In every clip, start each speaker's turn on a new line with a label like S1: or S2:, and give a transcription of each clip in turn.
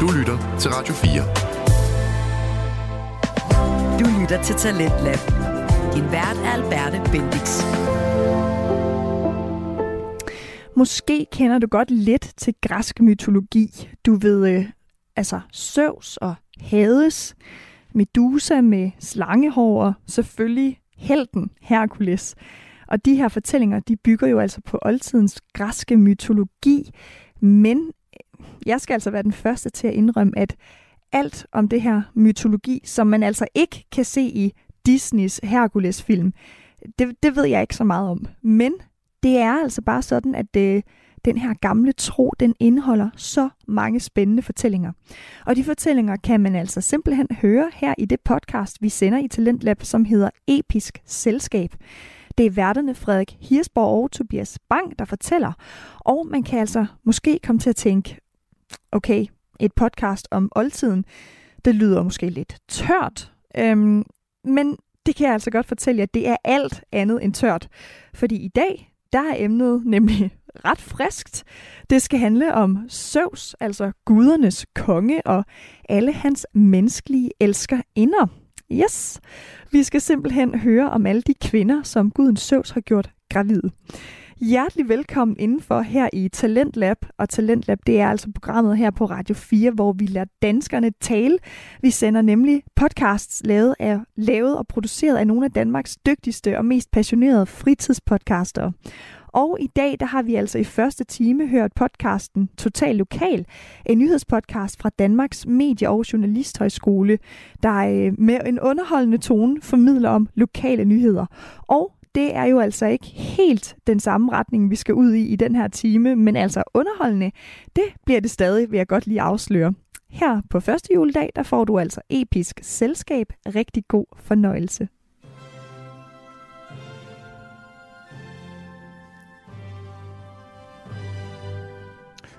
S1: Du lytter til Radio
S2: Du lytter til Talentlab. Din vært er Alberte Bendix.
S3: Måske kender du godt lidt til græsk mytologi. Du ved, øh, altså Zeus og Hades, Medusa med slangehår og selvfølgelig helten Herkules. Og de her fortællinger, de bygger jo altså på oldtidens græske mytologi. Men jeg skal altså være den første til at indrømme, at alt om det her mytologi, som man altså ikke kan se i Disneys Herkules-film, det, det ved jeg ikke så meget om. Men det er altså bare sådan, at øh, den her gamle tro, den indeholder så mange spændende fortællinger. Og de fortællinger kan man altså simpelthen høre her i det podcast, vi sender i Talentlab, som hedder Episk Selskab. Det er værterne Frederik Hirsborg og Tobias Bang, der fortæller. Og man kan altså måske komme til at tænke, okay, et podcast om oldtiden, det lyder måske lidt tørt. Øhm, men det kan jeg altså godt fortælle jer, det er alt andet end tørt. Fordi i dag, der er emnet nemlig ret friskt. Det skal handle om Zeus, altså gudernes konge og alle hans menneskelige elskerinder. Yes, vi skal simpelthen høre om alle de kvinder, som guden Zeus har gjort gravide. Hjertelig velkommen indenfor her i Talentlab, og Talentlab det er altså programmet her på Radio 4, hvor vi lader danskerne tale. Vi sender nemlig podcasts lavet, af, lavet og produceret af nogle af Danmarks dygtigste og mest passionerede fritidspodcaster. Og i dag der har vi altså i første time hørt podcasten Total Lokal, en nyhedspodcast fra Danmarks Medie- og Journalisthøjskole, der øh, med en underholdende tone formidler om lokale nyheder. Og det er jo altså ikke helt den samme retning, vi skal ud i i den her time, men altså underholdende, det bliver det stadig, vil jeg godt lige afsløre. Her på første juledag, der får du altså episk selskab. Rigtig god fornøjelse.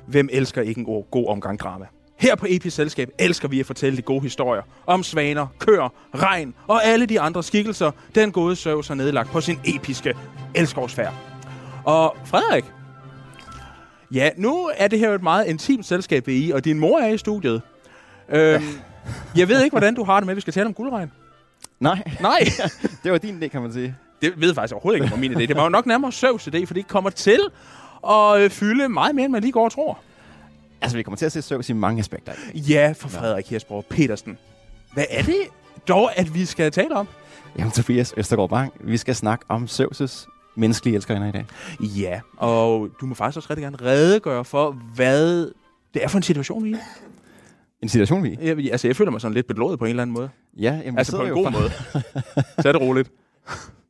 S4: Hvem elsker ikke en god, god omgang drama? Her på Episk Selskab elsker vi at fortælle de gode historier om svaner, køer, regn og alle de andre skikkelser, den gode Søvs har nedlagt på sin episke elskovsfærd. Og Frederik, ja, nu er det her jo et meget intimt selskab, vi er i, og din mor er i studiet. Øhm, jeg ved ikke, hvordan du har det med, at vi skal tale om guldregn.
S5: Nej,
S4: Nej,
S5: det var din idé, kan man sige.
S4: det ved jeg faktisk overhovedet ikke, om det var min idé. Det var jo nok nærmere Søvs idé, for det kommer til at øh, fylde meget mere, end man lige går og tror.
S5: Altså, vi kommer til at se Zeus i mange aspekter. i dag.
S4: Ja, for Frederik Hirsborg Petersen. Hvad er det dog, at vi skal tale om?
S5: Jamen, Tobias Østergaard Bang, vi skal snakke om Zeus' menneskelige elskerinder i dag.
S4: Ja, og du må faktisk også rigtig gerne redegøre for, hvad det er for en situation, vi er i.
S5: En situation, vi er i.
S4: Jeg, altså, jeg føler mig sådan lidt belået på en eller anden måde.
S5: Ja, jamen,
S4: Altså, på en
S5: jo
S4: god
S5: fra-
S4: måde. Så er det roligt.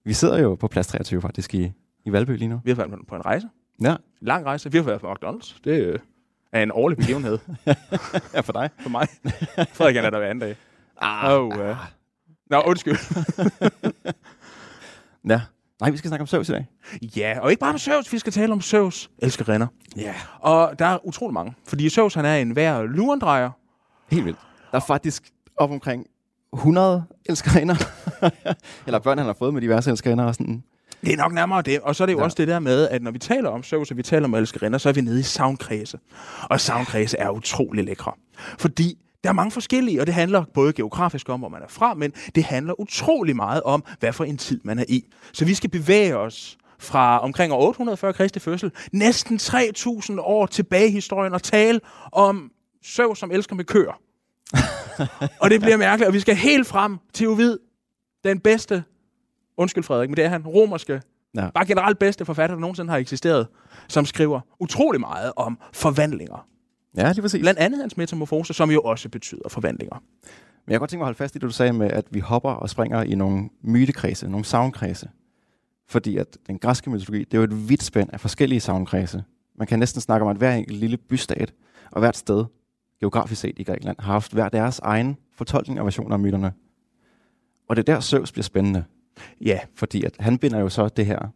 S5: Vi sidder jo på plads 23 faktisk i, i Valby lige nu.
S4: Vi har været på- på en rejse.
S5: Ja,
S4: Lang rejse. Vi har været på McDonald's. Det øh, er en årlig begivenhed
S5: ja for dig.
S4: for mig. Frederik han er der hver anden dag.
S5: Ah,
S4: Oh, uh. Nå, undskyld.
S5: Ja. Nej, vi skal snakke om Zeus i dag.
S4: Ja, og ikke bare om Søvs. Vi skal tale om Søvs. Elsker renner.
S5: Ja.
S4: Og der er utrolig mange. Fordi Søvs, han er en værd lurendrejer.
S5: Helt vildt. Der er faktisk op omkring 100 elskerinder. Eller børn, han har fået med diverse elskerinder og sådan.
S4: Det er nok nærmere det. Og så er det jo ja.
S5: Ja.
S4: også det der med, at når vi taler om Zeus, og vi taler om elskerinder, så er vi nede i savnkredse. Og savnkredse er utrolig lækre. Fordi der er mange forskellige, og det handler både geografisk om, hvor man er fra, men det handler utrolig meget om, hvad for en tid man er i. Så vi skal bevæge os fra omkring år 840 Kristi fødsel, næsten 3.000 år tilbage i historien, og tale om Zeus, som elsker med køer. og det bliver mærkeligt, og vi skal helt frem til Ovid, den bedste, undskyld Frederik, men det er han, romerske
S5: Ja.
S4: bare generelt bedste forfatter, der nogensinde har eksisteret, som skriver utrolig meget om forvandlinger.
S5: Ja, lige præcis.
S4: Blandt andet hans metamorfose, som jo også betyder forvandlinger.
S5: Men jeg kunne godt tænke mig at holde fast i det, du sagde med, at vi hopper og springer i nogle mytekredse, nogle savnkredse. Fordi at den græske mytologi, det er jo et vidt spænd af forskellige savnkredse. Man kan næsten snakke om, at hver enkelt lille bystat og hvert sted, geografisk set i Grækenland, har haft hver deres egen fortolkning og version af myterne. Og det er der, Zeus bliver spændende.
S4: Ja,
S5: Fordi at han binder jo så det her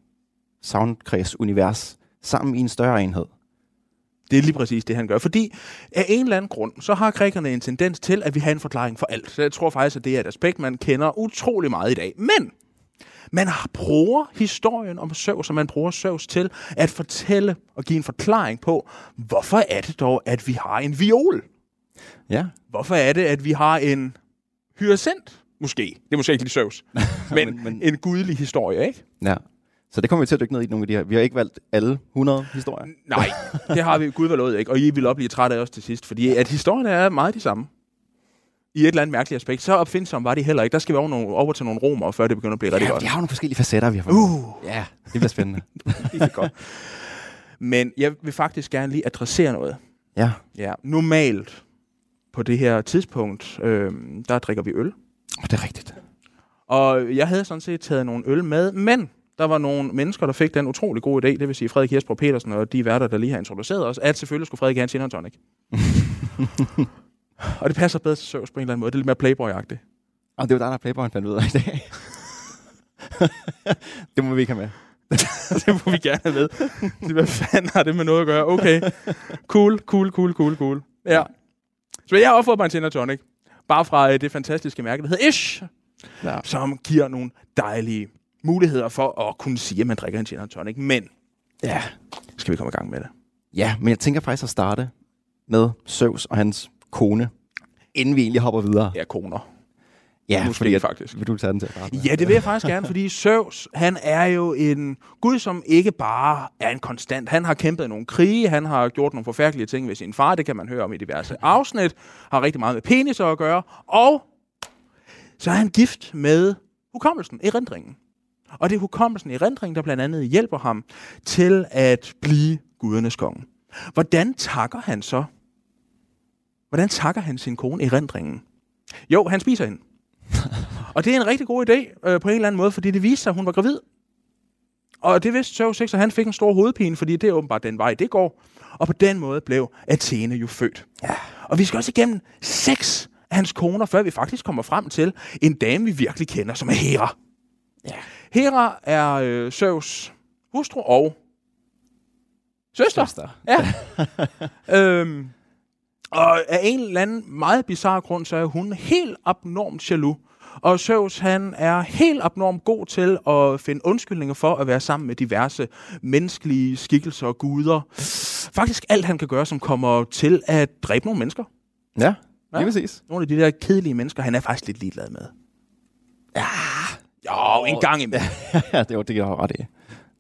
S5: savnkreds-univers sammen i en større enhed.
S4: det er lige præcis det, han gør. Fordi af en eller anden grund, så har grækerne en tendens til, at vi har en forklaring for alt. Så jeg tror faktisk, at det er et aspekt, man kender utrolig meget i dag. Men man har- bruger historien om Søvs, og man bruger Søvs til at fortælle og give en forklaring på, hvorfor er det dog, at vi har en viol?
S5: Ja,
S4: Hvorfor er det, at vi har en hyacint? Måske. Det er måske ikke lige Zeus. men, men,
S5: Men- men-
S4: en gudelig historie, ikke?
S5: ja. Så det kommer vi til at dykke ned i nogle af de her. Vi har ikke valgt alle 100 historier.
S4: Nej, det har vi gud lovet ikke. Og I vil også blive trætte af os til sidst, fordi at historien er meget de samme. I et eller andet mærkeligt aspekt. Så opfindsomme var de heller ikke. Der skal vi over, nogle, over til nogle romere, før det begynder at blive rigtig
S5: Ja,
S4: godt.
S5: vi har jo nogle forskellige facetter, vi har fået.
S4: Uh,
S5: Ja, det bliver spændende.
S4: det er godt. Men jeg vil faktisk gerne lige adressere noget.
S5: ja.
S4: Ja, normalt på det her tidspunkt, øh, der drikker vi øl.
S5: Oh, det er rigtigt.
S4: Og jeg havde sådan set taget nogle øl med, men der var nogle mennesker, der fik den utrolig gode idé, det vil sige Frederik Jesper Petersen og de værter, der lige har introduceret os, at selvfølgelig skulle Frederik have en gin and tonic. og det passer bedre til Søvs på en eller anden måde. Det er lidt mere playboy-agtigt.
S5: Og det var dig, der Playboy'en fandt ud af i dag. det må vi ikke have med.
S4: det må vi gerne have med. Så Hvad fanden har det med noget at gøre? Okay. Cool, cool, cool, cool, cool. Ja. Så jeg har opfordret mig en gin and tonic. Bare fra øh, det fantastiske mærke, der hedder Ish,
S5: Ja.
S4: som giver nogle dejlige muligheder for at kunne sige, at man drikker en gin and tonic. Men
S5: ja.
S4: skal vi komme i gang med det?
S5: Ja, men jeg tænker faktisk at starte med Zeus og hans kone, inden vi egentlig hopper videre.
S4: Ja, koner.
S5: Ja,
S4: måske
S5: fordi at,
S4: faktisk.
S5: Vil du tage den til at starte med?
S4: Ja, det vil jeg faktisk gerne, fordi Søvs, han er jo en gud, som ikke bare er en konstant. Han har kæmpet nogle krige, han har gjort nogle forfærdelige ting ved sin far, det kan man høre om i diverse afsnit, har rigtig meget med peniser at gøre, og så er han gift med hukommelsen, erindringen. Og det er hukommelsen i erindringen, der blandt andet hjælper ham til at blive gudernes konge. Hvordan takker han så? Hvordan takker han sin kone erindringen? Jo, han spiser hende. Og det er en rigtig god idé øh, på en eller anden måde, fordi det viste sig, at hun var gravid. Og det vidste Zeus ikke, så han fik en stor hovedpine, fordi det er åbenbart den vej, det går. Og på den måde blev Athene jo født. Ja. Og vi skal også igennem seks af hans koner, før vi faktisk kommer frem til en dame, vi virkelig kender, som er Hera. Ja. Hera er øh, Zeus hustru og søster.
S5: Søster.
S4: Ja. øhm, og af en eller anden meget bizarre grund, så er hun helt abnormt jaloux. Og Zeus, han er helt abnormt god til at finde undskyldninger for at være sammen med diverse menneskelige skikkelser og guder. Faktisk alt, han kan gøre, som kommer til at dræbe nogle mennesker.
S5: Ja,
S4: Ja.
S5: lige præcis.
S4: Nogle af de der kedelige mennesker, han er faktisk lidt ligeglad med. Ja, jo, en gang imellem.
S5: Ja, det, var, det giver jeg ret i.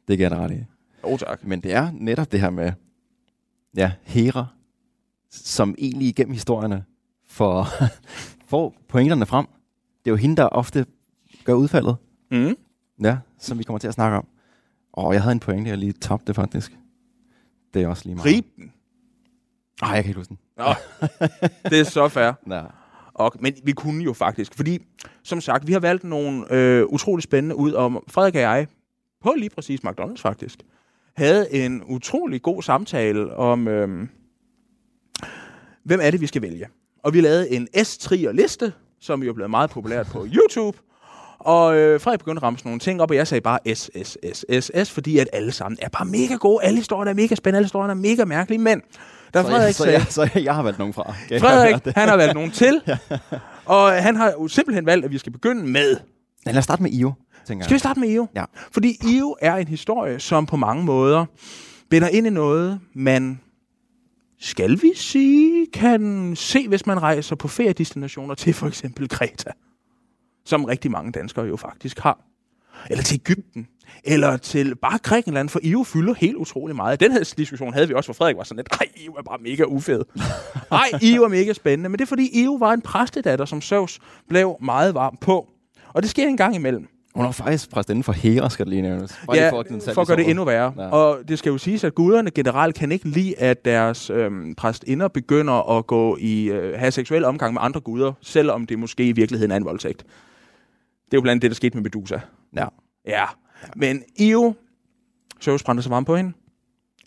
S5: Det giver jeg dig ret i.
S4: Jo, tak.
S5: Men det er netop det her med ja, Hera, som egentlig igennem historierne får, får pointerne frem. Det er jo hende, der ofte gør udfaldet,
S4: Mm.
S5: ja, som vi kommer til at snakke om. Og jeg havde en pointe, jeg lige tabte faktisk. Det er også lige meget.
S4: Riben.
S5: Nej, jeg kan ikke huske den.
S4: Nå, det er så fair.
S5: Ja.
S4: Og, men vi kunne jo faktisk, fordi som sagt, vi har valgt nogle øh, utrolig spændende ud, og Frederik og jeg, på lige præcis McDonald's faktisk, havde en utrolig god samtale om, øh, hvem er det, vi skal vælge. Og vi lavede en S3-liste, som jo er blevet meget populært på YouTube, og øh, Frederik begyndte at ramse nogle ting op, og jeg sagde bare S, S, S, S, S, fordi at alle sammen er bare mega gode, alle historierne er mega spændende, alle historierne er mega mærkelige, men da
S5: Så, jeg,
S4: Frederik
S5: så,
S4: sagde...
S5: jeg, så jeg, jeg har valgt nogen fra. Kan jeg høre
S4: Frederik,
S5: det?
S4: han har valgt nogen til. Og han har jo simpelthen valgt, at vi skal begynde med...
S5: Ja, lad os starte med Io, tænker
S4: Skal vi
S5: jeg.
S4: starte med Io?
S5: Ja.
S4: Fordi Io er en historie, som på mange måder binder ind i noget, man skal vi sige, kan se, hvis man rejser på feriedestinationer til for eksempel Kreta, som rigtig mange danskere jo faktisk har. Eller til Ægypten, eller til bare Grækenland, for Io fylder helt utrolig meget. Den her diskussion havde vi også, hvor Frederik var sådan lidt, ej, Io er bare mega ufed. Ej, Io er mega spændende, men det er fordi Io var en præstedatter, som Zeus blev meget varm på. Og det sker en gang imellem.
S5: Hun er faktisk præstinden for Hera, skal det lige nævnes. Bare lige
S4: Ja,
S5: at den salt
S4: for at
S5: i
S4: gøre det
S5: såret.
S4: endnu værre. Ja.
S5: Ja.
S4: Og det skal jo siges, at guderne generelt kan ikke lide, at deres øhm, præstinder begynder at gå i øh, have seksuel omgang med andre guder, selvom det måske i virkeligheden er en voldtægt. Det er jo blandt andet det, der skete med Medusa.
S5: Ja.
S4: Ja, men Io, Zeus brændte sig varm på hende.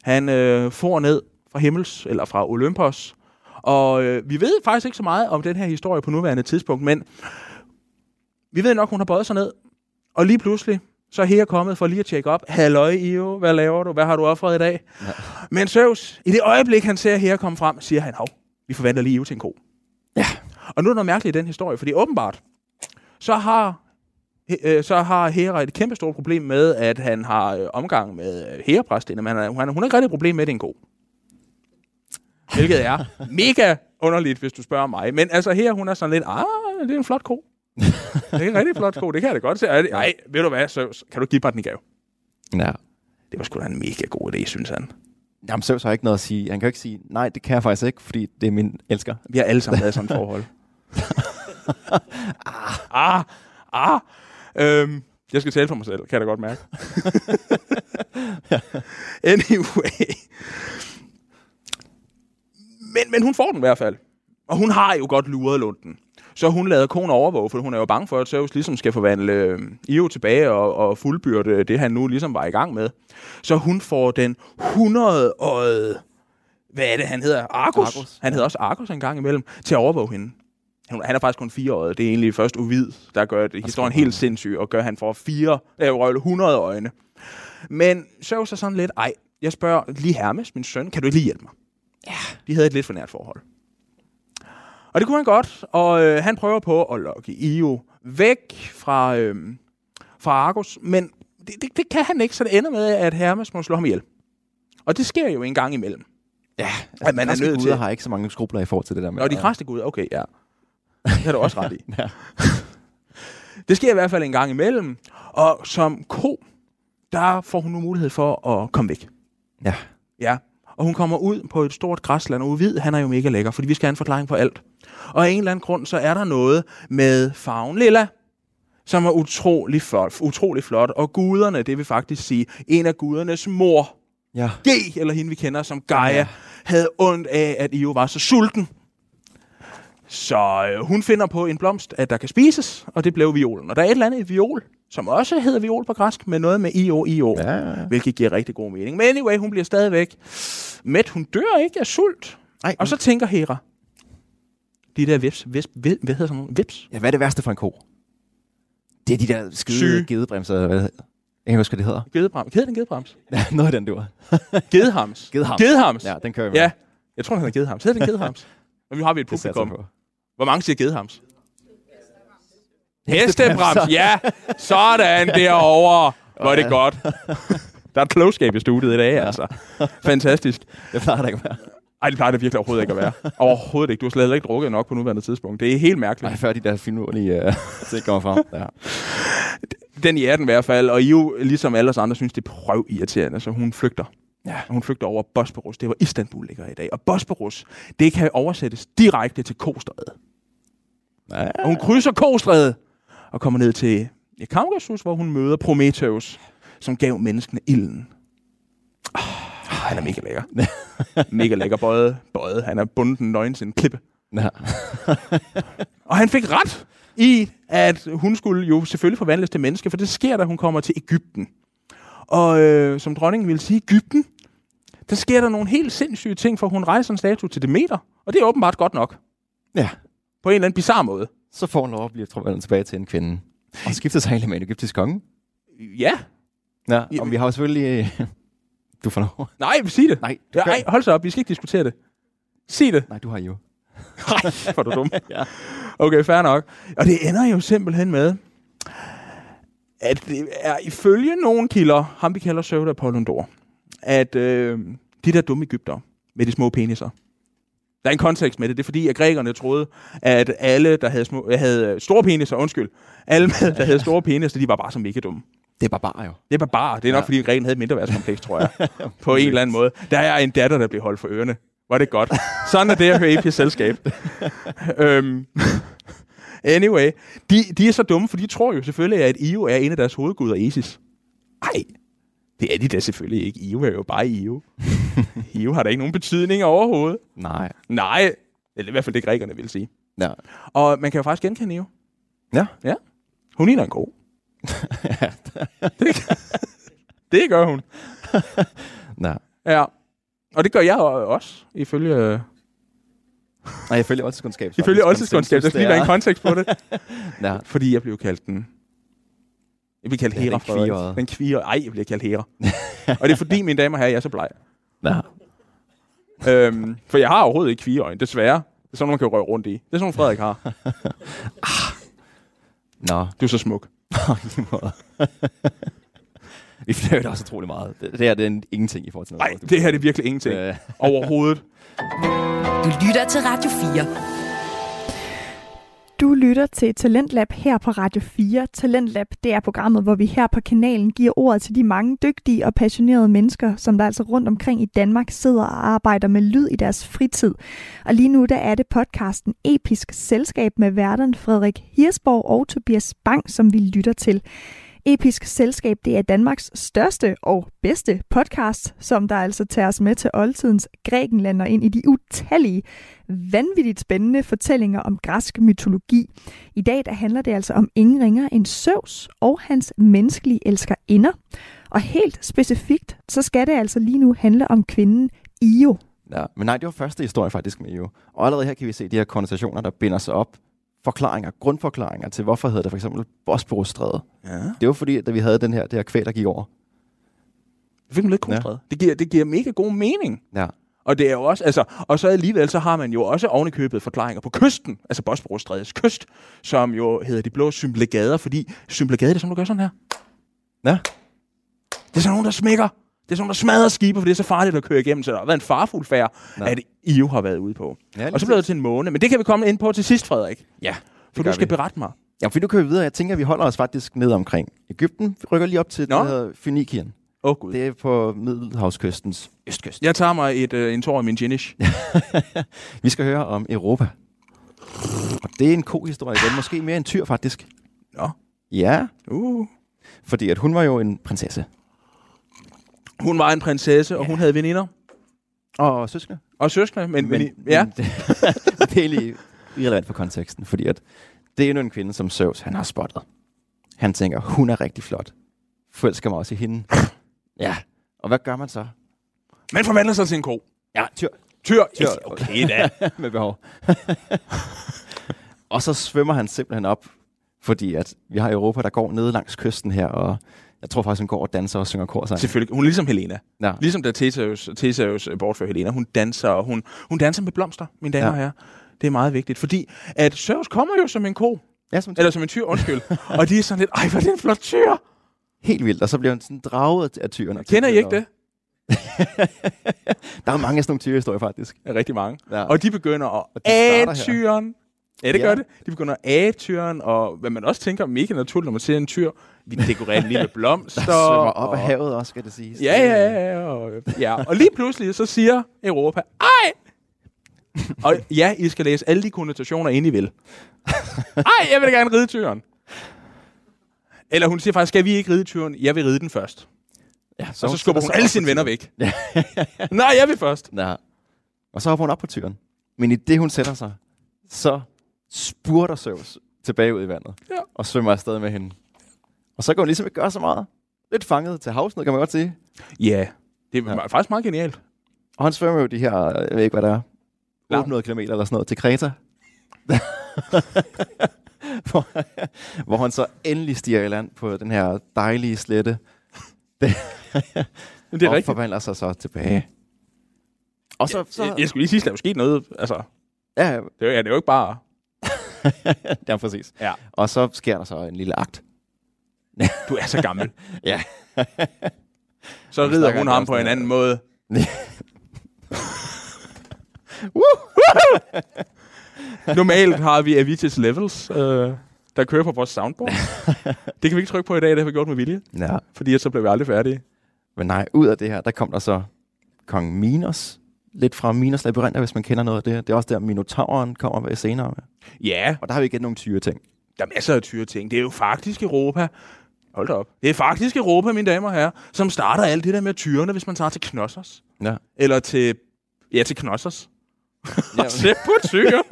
S4: Han øh, får ned fra himmels, eller fra Olympos. Og øh, vi ved faktisk ikke så meget om den her historie på nuværende tidspunkt, men vi ved nok, hun har bøjet sig ned. Og lige pludselig, så er her kommet for lige at tjekke op. Halløj, Io, hvad laver du? Hvad har du offret i dag? Ja. Men Zeus, i det øjeblik, han ser her komme frem, siger han, hov, vi forvandler lige Io til en ko. Ja. Og nu er der noget mærkeligt i den historie, fordi åbenbart, så har øh, så har Hera et kæmpe stort problem med, at han har øh, omgang med øh, herrepræstinder, men han, er- hun, er- hun har ikke rigtig et problem med, at det er en god. Hvilket er mega underligt, hvis du spørger mig. Men altså her, hun er sådan lidt, ah, det er en flot ko. det er en rigtig flot ko, det kan jeg da godt se. Nej, ved du hvad, Søvs, kan du ikke give mig den i gave?
S5: Ja.
S4: Det var sgu da en mega god idé, synes han.
S5: Jamen, Zeus har ikke noget at sige. Han kan jo ikke sige, nej, det kan jeg faktisk ikke, fordi det er min elsker.
S4: Vi har alle sammen været i sådan et forhold. ah, ah, ah. Øhm, jeg skal tale for mig selv, kan jeg da godt mærke. anyway. Men, men hun får den i hvert fald. Og hun har jo godt luret lunden. Så hun lader konen overvåge, for hun er jo bange for, at Zeus ligesom skal forvandle øh, Io tilbage og, og fuldbyrde det, han nu ligesom var i gang med. Så hun får den 100-årige, hvad er det, han hedder? Argus.
S5: Argus,
S4: Argus. Han hedder også Argus en gang imellem, til at overvåge hende. Han han er faktisk kun 4-året. Det er egentlig først Ovid, der gør det. historien helt sindssyg, og gør, at han får fire, øh, røgle 100 øjne. Men Zeus er sådan lidt, ej, jeg spørger lige Hermes, min søn, kan du ikke lige hjælpe mig? Ja. De havde et lidt for nært forhold. Og det kunne han godt, og øh, han prøver på at lokke Io væk fra, øh, fra Argus, men det, det, det kan han ikke, så det ender med, at Hermes må slå ham ihjel. Og det sker jo en gang imellem. Ja, at man er
S5: Græske
S4: nødt
S5: altså, guder
S4: til.
S5: har ikke så mange skrubler i forhold til det der med.
S4: Nå, de
S5: at-
S4: græste guder, okay, ja. Det har du også ret i.
S5: Ja.
S4: Det sker i hvert fald en gang imellem, og som ko, der får hun nu mulighed for at komme væk.
S5: Ja.
S4: Ja, og hun kommer ud på et stort græsland, og Uvid, han er jo mega lækker, fordi vi skal have en forklaring på alt. Og af en eller anden grund, så er der noget med farven lilla, som er utrolig flot, utrolig flot. Og guderne, det vil faktisk sige, en af gudernes mor,
S5: ja.
S4: G, eller hende vi kender som Gaia, ja. havde ondt af, at Io var så sulten. Så øh, hun finder på en blomst, at der kan spises, og det blev violen. Og der er et eller andet i viol, som også hedder viol på græsk, men noget med IO, IO,
S5: Ja, ja, ja.
S4: hvilket giver rigtig god mening. Men anyway, hun bliver stadigvæk mæt. Hun dør ikke af sult.
S5: Ej,
S4: Og så tænker Hera, de der vips, vips, vips hvad hedder sådan nogle? Vips?
S5: ja, hvad er det værste for en ko? Det er de der skide
S4: Syge.
S5: gedebremser, eller hvad det hedder. Jeg kan ikke huske, hvad det hedder.
S4: Gedebrams. Hedder den gedebrams?
S5: Ja, noget af den, du var.
S4: Gedehams.
S5: Gedehams.
S4: Gedehams.
S5: Ja,
S4: Ja.
S5: den kører vi med.
S4: ja. Jeg tror, den hedder gedehams. Hedder den gedehams? Og nu har vi et
S5: det satser jeg
S4: publikum.
S5: på.
S4: Hvor mange siger gedehams? Hestebrams, ja. Sådan derovre. Hvor er det godt. Der er et klogskab i studiet i dag, altså. Fantastisk.
S5: Det plejer der ikke at være.
S4: Ej, det plejer det virkelig overhovedet ikke at være. Overhovedet ikke. Du har slet ikke drukket nok på nuværende tidspunkt. Det er helt mærkeligt.
S5: Nej, før de der finurlige uh, ting kommer frem. Ja.
S4: Den i er den i hvert fald, og I jo, ligesom alle os andre, synes, det er prøv irriterende, så hun flygter. Ja. Hun flygter over Bosporus. Det var Istanbul ligger i dag. Og Bosporus, det kan oversættes direkte til Kostræde.
S5: Ja.
S4: Og hun krydser Kostræde og kommer ned til ja, Kaukasus, hvor hun møder Prometheus, som gav menneskene ilden. Oh, han er mega lækker. mega lækker bøjet. Bøjet. Han er bunden nøgen til en klippe.
S5: Ja.
S4: Og han fik ret i, at hun skulle jo selvfølgelig forvandles til menneske, for det sker, da hun kommer til Ægypten. Og øh, som dronningen ville sige, Ægypten, der sker der nogle helt sindssyge ting, for hun rejser en statue til Demeter, og det er åbenbart godt nok.
S5: ja.
S4: På en eller anden bizarre måde.
S5: Så får hun lov at blive forvandlet tilbage til en kvinde. Og skifter sig egentlig med en egyptisk konge.
S4: Ja.
S5: Ja, og vi har jo selvfølgelig... øh, du får lov.
S4: Nej, sig det.
S5: Nej, du
S4: Ja, ej, hold så op, vi skal ikke diskutere det. Sig det.
S5: Nej, du har jo.
S4: Nej, hvor er du dum.
S5: Ja.
S4: Okay, fair nok. Og det ender jo simpelthen med, at det er ifølge nogle kilder, ham vi kalder Søvda Apollondor, at øh, de der dumme Ægypter med de små peniser, der er en kontekst med det. Det er fordi, at grækerne troede, at alle, der havde, små, havde store peniser, undskyld, alle, med, der havde store peniser, de var bare så mega dumme.
S5: Det er barbarer jo.
S4: Det er bare Det er nok,
S5: Ja.
S4: ja. fordi Grækenland havde et mindreværdskompleks, tror jeg. På en eller anden måde. Der er en datter, der bliver holdt for ørerne. Var det godt. Sådan er det at høre Apias selskab. øhm. Anyway, de, de er så dumme, for de tror jo selvfølgelig, at Io er en af deres hovedguder, Isis. Nej, det er de da selvfølgelig ikke. Io er jo bare E Io. Io har da ikke nogen betydning overhovedet.
S5: Nej.
S4: Nej, eller i hvert fald det grækerne vil sige.
S5: Ja.
S4: Og man kan jo faktisk genkende Io.
S5: Ja.
S4: Ja. Hun ligner en ko. det, det gør hun.
S5: Nej.
S4: Ja. Og det gør jeg o- også, ifølge, øh,
S5: Nej, jeg følger også kundskab.
S4: ifølge oldtidskundskab. Der skal lige være en kontekst på det.
S5: Ja.
S4: Fordi jeg blev kaldt den... Jeg blev kaldt
S5: Ja,
S4: Hera,
S5: den
S4: Frederik.
S5: kvirrede.
S4: Den kvirrede. Ej, jeg bliver kaldt Hera. og det er fordi, mine damer og herrer, jeg er så bleg.
S5: Ja.
S4: Øhm, for jeg har overhovedet ikke kvireøjne, desværre. Det er sådan, man kan røre rundt i. Det er sådan, nogle, Frederik har.
S5: Nå.
S4: Du er så smuk.
S5: På en måde. Vi fløjter også utrolig meget. Det, det her det er en, ingenting i forhold til noget.
S4: Nej, det her det er virkelig ingenting.
S5: Øh,
S4: Overhovedet.
S2: Du lytter til Radio 4.
S3: Du lytter til Talentlab her på Radio 4. Talentlab, det er programmet, hvor vi her på kanalen giver ordet til de mange dygtige og passionerede mennesker, som der altså rundt omkring i Danmark sidder og arbejder med lyd i deres fritid. Og lige nu, der er det podcasten Episk Selskab med værterne Frederik Hirsborg og Tobias Bang, som vi lytter til. Episk Selskab, det er Danmarks største og bedste podcast, som der altså tager os med til oldtidens Grækenland og ind i de utallige, vanvittigt spændende fortællinger om græsk mytologi. I dag der handler det altså om ingen ringer end Søvs og hans menneskelige elskerinder. Og helt specifikt, så skal det altså lige nu handle om kvinden Io.
S5: Ja, men nej, det var første historie faktisk med EU. Og allerede her kan vi se de her konversationer, der binder sig op. Forklaringer, grundforklaringer til, hvorfor hedder det for eksempel Bosporusstræde.
S4: Ja.
S5: Det var fordi, at da vi havde den her, det her kvæl, der gik over.
S4: Det fik man lidt konstrueret. Ja. Det, giver, det giver mega god mening.
S5: Ja.
S4: Og det er jo også, altså, og så alligevel, så har man jo også ovenikøbet forklaringer på kysten, altså Bosporusstrædets kyst, som jo hedder de blå symblegader, fordi symblegader, det er sådan, du gør sådan her.
S5: Ja.
S4: Det er sådan nogen, der smækker. Det er sådan nogen, der smadrer skibe, for det er så farligt at køre igennem, så der har været en farfuld færd,
S5: Ja.
S4: at I jo har været ude på.
S5: Ja,
S4: og så blev det til en måne, men det kan vi komme ind på til sidst, Frederik.
S5: Ja,
S4: For
S5: gør
S4: du skal
S5: vi.
S4: berette mig.
S5: Ja, fordi nu kører vi videre. Jeg tænker, at vi holder os faktisk ned omkring Ægypten. Vi rykker lige op til
S4: Nå.
S5: Nå. det, der hedder Fynikien.
S4: Åh, oh, Gud. Det.
S5: Det er på Middelhavskystens østkyst.
S4: Jeg tager mig et, øh, en tår af min ginish.
S5: Vi skal høre om Europa. Og det er en kohistorie igen. Måske mere en tyr, faktisk.
S4: Nå.
S5: Ja,
S4: Uh.
S5: fordi at hun var jo en prinsesse.
S4: Hun var en prinsesse, og hun havde veninder
S5: Og søskende.
S4: og søskende, men, men, men ja.
S5: men det, det er lige irrelevant for konteksten, fordi at det er endnu en kvinde, som Zeus, han har spottet. Han tænker, hun er rigtig flot. Forelsker mig også i hende. Ja. Og hvad gør man så?
S4: Man forvandler sig til en ko.
S5: Ja, tyr.
S4: Tyr.
S5: Tyr.
S4: Okay da.
S5: med behov. og så svømmer han simpelthen op, fordi at vi har Europa, der går ned langs kysten her, og jeg tror faktisk, hun går og danser og synger korsang.
S4: Selvfølgelig. Hun er ligesom Helena.
S5: Ja.
S4: Ligesom da Theseus, Theseus øh, bortfører Helena. Hun danser, og hun, hun danser med blomster, mine damer
S5: Ja.
S4: og herrer. Det er meget vigtigt, fordi at Zeus kommer jo som en ko.
S5: ja, som
S4: Eller som en tyr, undskyld. og de er sådan lidt, ej, hvor er det en flot tyr.
S5: helt vildt, og så bliver hun sådan draget af tyren. og
S4: Kender I ikke det?
S5: Der er mange af sådan nogle tyrehistorier, faktisk.
S4: Ja, rigtig mange.
S5: Ja.
S4: Og de begynder at
S5: Og de starter
S4: abe
S5: her.
S4: tyren. Ja, det
S5: Ja.
S4: gør det. De begynder at abe tyren, og hvad man også tænker mega naturligt, når man ser en tyr. Vi dekorerer den lige med blomster.
S5: Der svømmer op
S4: og-
S5: af havet også, skal det siges.
S4: Ja, ja, ja, ja. Og, ja. og lige pludselig, så siger Europa, ej! Og ja, I skal læse alle de konnotationer, ind I vil. Ej, jeg vil gerne ride tyren. Eller hun siger faktisk, skal vi ikke ride tyren? Jeg vil ride den først.
S5: ja
S4: Så og så skubber hun alle sine venner væk.
S5: Ja.
S4: Nej, jeg vil først.
S5: Ja. Og så hopper hun op på tyren. Men i det, hun sætter sig, så spurter Zeus tilbage ud i vandet.
S4: Ja.
S5: Og svømmer afsted med hende. Og så kan hun ligesom ikke gøre så meget. Lidt fanget til havsnød, kan man godt sige.
S4: Ja, det er
S5: Ja.
S4: ja. faktisk meget genialt.
S5: Og han svømmer jo de her, jeg ved ikke hvad der er,
S4: Langt.
S5: 800 km eller sådan noget, til Kreta. hvor, hvor han så endelig stiger i land på den her dejlige slette.
S4: Men det er
S5: og
S4: rigtigt.
S5: forvandler sig så tilbage. Og så, så
S4: Jeg, jeg skulle lige sige, at der er jo sket noget. Altså,
S5: ja,
S4: det
S5: ja,
S4: er, jo- ja, det er jo ikke bare...
S5: ja, præcis.
S4: Ja.
S5: Og så sker der så en lille akt.
S4: Du er så gammel.
S5: Ja.
S4: Så
S5: Vi snakker
S4: rider hun
S5: ikke om
S4: ham på
S5: sådan
S4: en
S5: her.
S4: anden måde. Normalt har vi Avicii's Levels, øh, der kører på vores soundboard. det kan vi ikke trykke på i dag, det har vi gjort med vilje,
S5: ja.
S4: fordi at så blev vi aldrig færdige.
S5: Men nej, ud af det her, der kom der så kong Minos. Lidt fra Minos labyrinter, hvis man kender noget af det. Det er også der, Minotauren kommer med senere. Med.
S4: Ja,
S5: Og der har vi igen nogle tyre ting.
S4: der er masser af tyre ting. Det er jo faktisk Europa. Hold da op. Det er faktisk Europa, mine damer og herrer, som starter alt det der med tyrene, hvis man tager til Knossers.
S5: Ja.
S4: Eller til... Ja, til Knossers.
S5: Ja.
S4: Og se på tyre.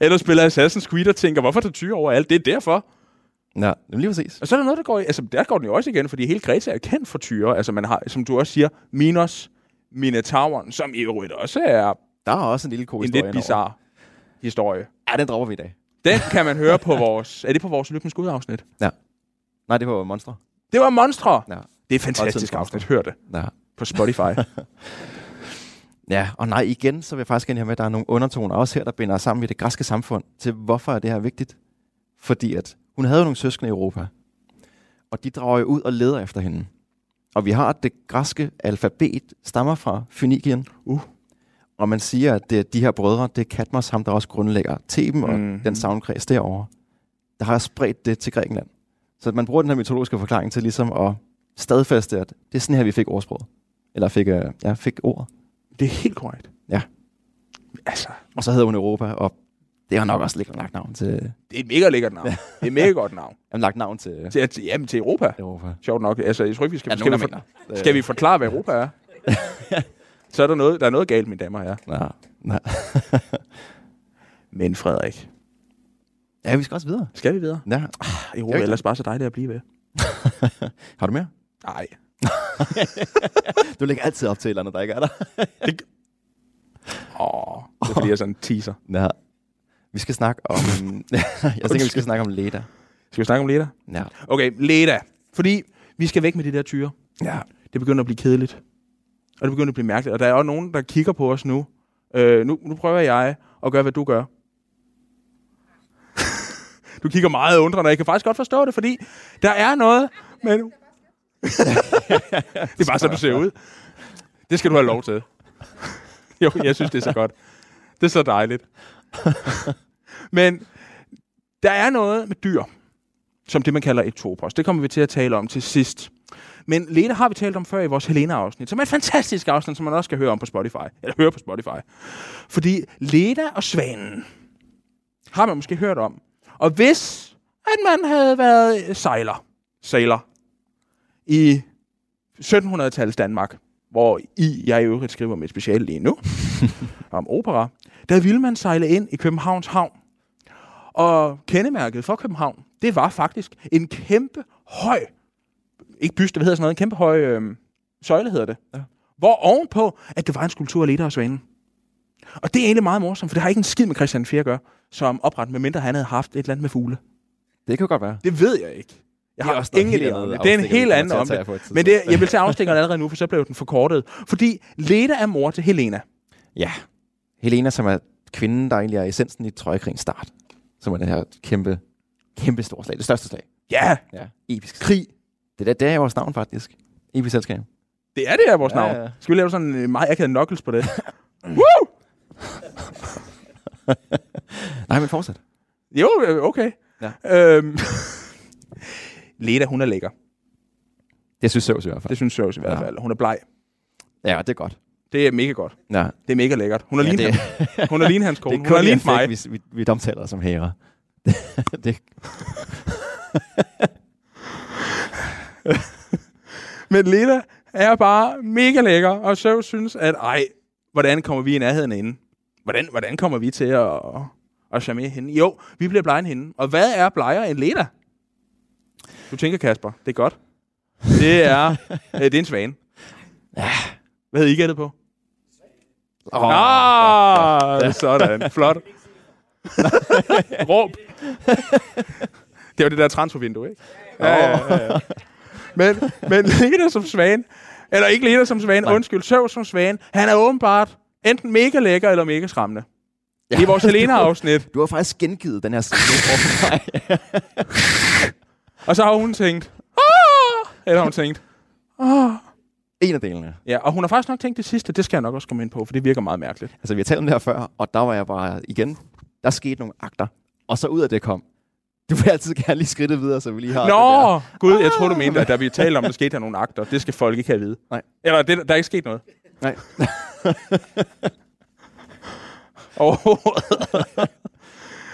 S4: Eller spiller Assassin's Creed og tænker, hvorfor er der tyre over alt? Det er derfor.
S5: ja, jamen lige præcis.
S4: Og så er der noget, der går... i- Altså, der går den jo også igen, fordi hele Greta er kendt for tyre. Altså, man har, som du også siger, Minos, Minotauren, som i øvrigt også er
S5: Der er også en lille god
S4: en
S5: historie
S4: lidt
S5: indover.
S4: bizarre historie.
S5: Ja, den dropper vi i dag.
S4: Den kan man høre på vores... Er det på vores Lykkens Gud-afsnit?
S5: Nej, det var Monstre.
S4: Det var Monstre!
S5: Ja.
S4: Det er et fantastisk
S5: Oldtidens
S4: afsnit. Hør det
S5: Ja.
S4: på Spotify.
S5: ja, og nej, igen, så vil jeg faktisk gerne have med, at der er nogle undertoner også her, der binder os sammen i det græske samfund til, hvorfor er det her vigtigt? Fordi at hun havde jo nogle søskende i Europa, og de drager jo ud og leder efter hende. Og vi har at det græske alfabet, stammer fra Fynikien.
S4: Uh.
S5: Og man siger, at det er de her brødre, det er Katmos, ham der også grundlægger Theben og
S4: Mhm.
S5: mm-hmm. den savnkreds derovre, der har spredt det til Grækenland. Så at man bruger den her mytologiske forklaring til ligesom at stadfæste, at det er sådan her, vi fik ordsproget. Eller fik, øh, ja, fik ordet.
S4: Det er helt korrekt.
S5: Ja.
S4: Altså,
S5: Og så hedder hun Europa, og det har nok også lidt lagt navn til, jamen,
S4: det er et mega lækkert navn. det er et mega godt navn.
S5: lagt navn til
S4: Til, til, jamen, til Europa.
S5: Europa.
S4: Sjovt nok. Altså, jeg tror ikke, vi skal,
S5: Er der
S4: skal, vi,
S5: nogen, der
S4: for, skal
S5: Øh,
S4: vi forklare, hvad Europa er? Så er der noget, der er noget galt, mine damer og herrer.
S5: Nej, nej.
S4: Men Frederik,
S5: Ja, vi skal også videre.
S4: skal vi videre?
S5: Ja.
S4: Europa er
S5: ikke-
S4: ellers bare så dejligt at blive ved.
S5: Har du mere?
S4: Nej.
S5: Du lægger altid op til et eller andet, der ikke er der.
S4: Åh, det er fordi, jeg er sådan en teaser.
S5: Ja. Vi skal snakke om... jeg tænker, vi skal snakke om Leda.
S4: Skal vi snakke om Leda?
S5: Ja.
S4: Okay, Leda. Fordi vi skal væk med de der tyre.
S5: ja.
S4: Det begynder at blive kedeligt. Og det begynder at blive mærkeligt. Og der er også nogen, der kigger på os nu. Øh, nu, nu prøver jeg at gøre, hvad du gør. du kigger meget undrende, og jeg kan faktisk godt forstå det, fordi der er noget med nu. det er bare sådan, du ser ud. Det skal du have lov til. jo, jeg synes, det er så godt. Det er så dejligt. Men der er noget med dyr, som det, man kalder et topos. Det kommer vi til at tale om til sidst. Men Lene har vi talt om før i vores Helena-afsnit, som er et fantastisk afsnit, som man også skal høre om på Spotify. Eller høre på Spotify. Fordi Leda og Svanen har man måske hørt om. Og hvis at man havde været øh, sejler, sejler i 1700-tallets Danmark, hvor I, jeg i øvrigt skriver mit speciale lige nu, om opera, der ville man sejle ind i Københavns Havn. Og kendemærket for København, det var faktisk en kæmpe høj ikke byste, hvad hedder sådan noget, en kæmpe høj øh, søjle hedder det. Ja. Hvor ovenpå, at det var en skulptur af Leder og Svanen. Og det er egentlig meget morsomt, for det har ikke en skid med Christian 4 gør, som opret, medmindre han havde haft et eller andet med fugle.
S5: Det kan jo godt være.
S4: Det ved jeg ikke. Jeg har ingen idé om det. Det er en helt anden om det. Men det, jeg vil tage afstikkerne allerede nu, for så blev den forkortet. Fordi Leda er mor til Helena.
S5: Ja. Helena, som er kvinden, der egentlig er essensen i trøjekrigens start, som er det her kæmpe, kæmpe store slag. Det største slag.
S4: Ja,
S5: Ja. Episk.
S4: krig.
S5: Det der, det er vores navn, faktisk. Episk selskab.
S4: Det er det her, vores
S5: Ja,
S4: navn.
S5: ja.
S4: Skal vi lave sådan en meget akavet knuckles på det?
S5: Nej, men fortsæt.
S4: Jo, øh, okay.
S5: Ja.
S4: Øhm, Leda, hun er lækker.
S5: Det synes Søvs i hvert fald.
S4: Det synes jeg også i hvert
S5: Ja.
S4: fald. Hun er bleg.
S5: Ja, det er godt.
S4: Det er mega godt.
S5: Ja.
S4: Det er mega lækkert. Hun er
S5: ja,
S4: lige
S5: det,
S4: hans, hun er lige hans kone.
S5: det er
S4: Hun er
S5: kun
S4: lige
S5: lige
S4: mig.
S5: mig. Vi, vi, vi domtaler os som hære. det,
S4: Men Leda er bare mega lækker, og Zeus synes, at ej, hvordan kommer vi i nærheden af hende? Hvordan, hvordan kommer vi til at, at charmere hende? Jo, vi bliver blege end hende. Og hvad er blegere end Leda? Du tænker, Kasper, det er godt. Det er, øh, det er en svane. Hvad havde I gættet på?
S5: oh,
S4: Oh, ah, sådan. Flot. Råb. Det var det der transfervindue, ikke? Ja, ja, ja, ja. Men, men Lena som svan, eller ikke Lena som svan, Nej. undskyld, Søv som svan, han er åbenbart enten mega lækker eller mega skræmmende. Ja. Det er vores Helena-afsnit.
S5: Du har faktisk gengivet den her scene. for mig.
S4: Og så har hun tænkt, Åh! eller har hun tænkt,
S5: en af delene.
S4: ja, og hun har faktisk nok tænkt det sidste, det skal jeg nok også komme ind på, for det virker meget mærkeligt.
S5: Altså, vi har talt om det her før, og der var jeg bare igen. Der skete nogle akter, og så ud af det kom. Du vil altid gerne lige skridte videre, så vi lige har det der.
S4: Nå, gud, jeg tror du mente, at da vi talte om, der skete der nogle akter. Det skal folk ikke have at vide.
S5: Nej.
S4: Eller det, der er ikke sket noget.
S5: Nej.
S4: Overhovedet.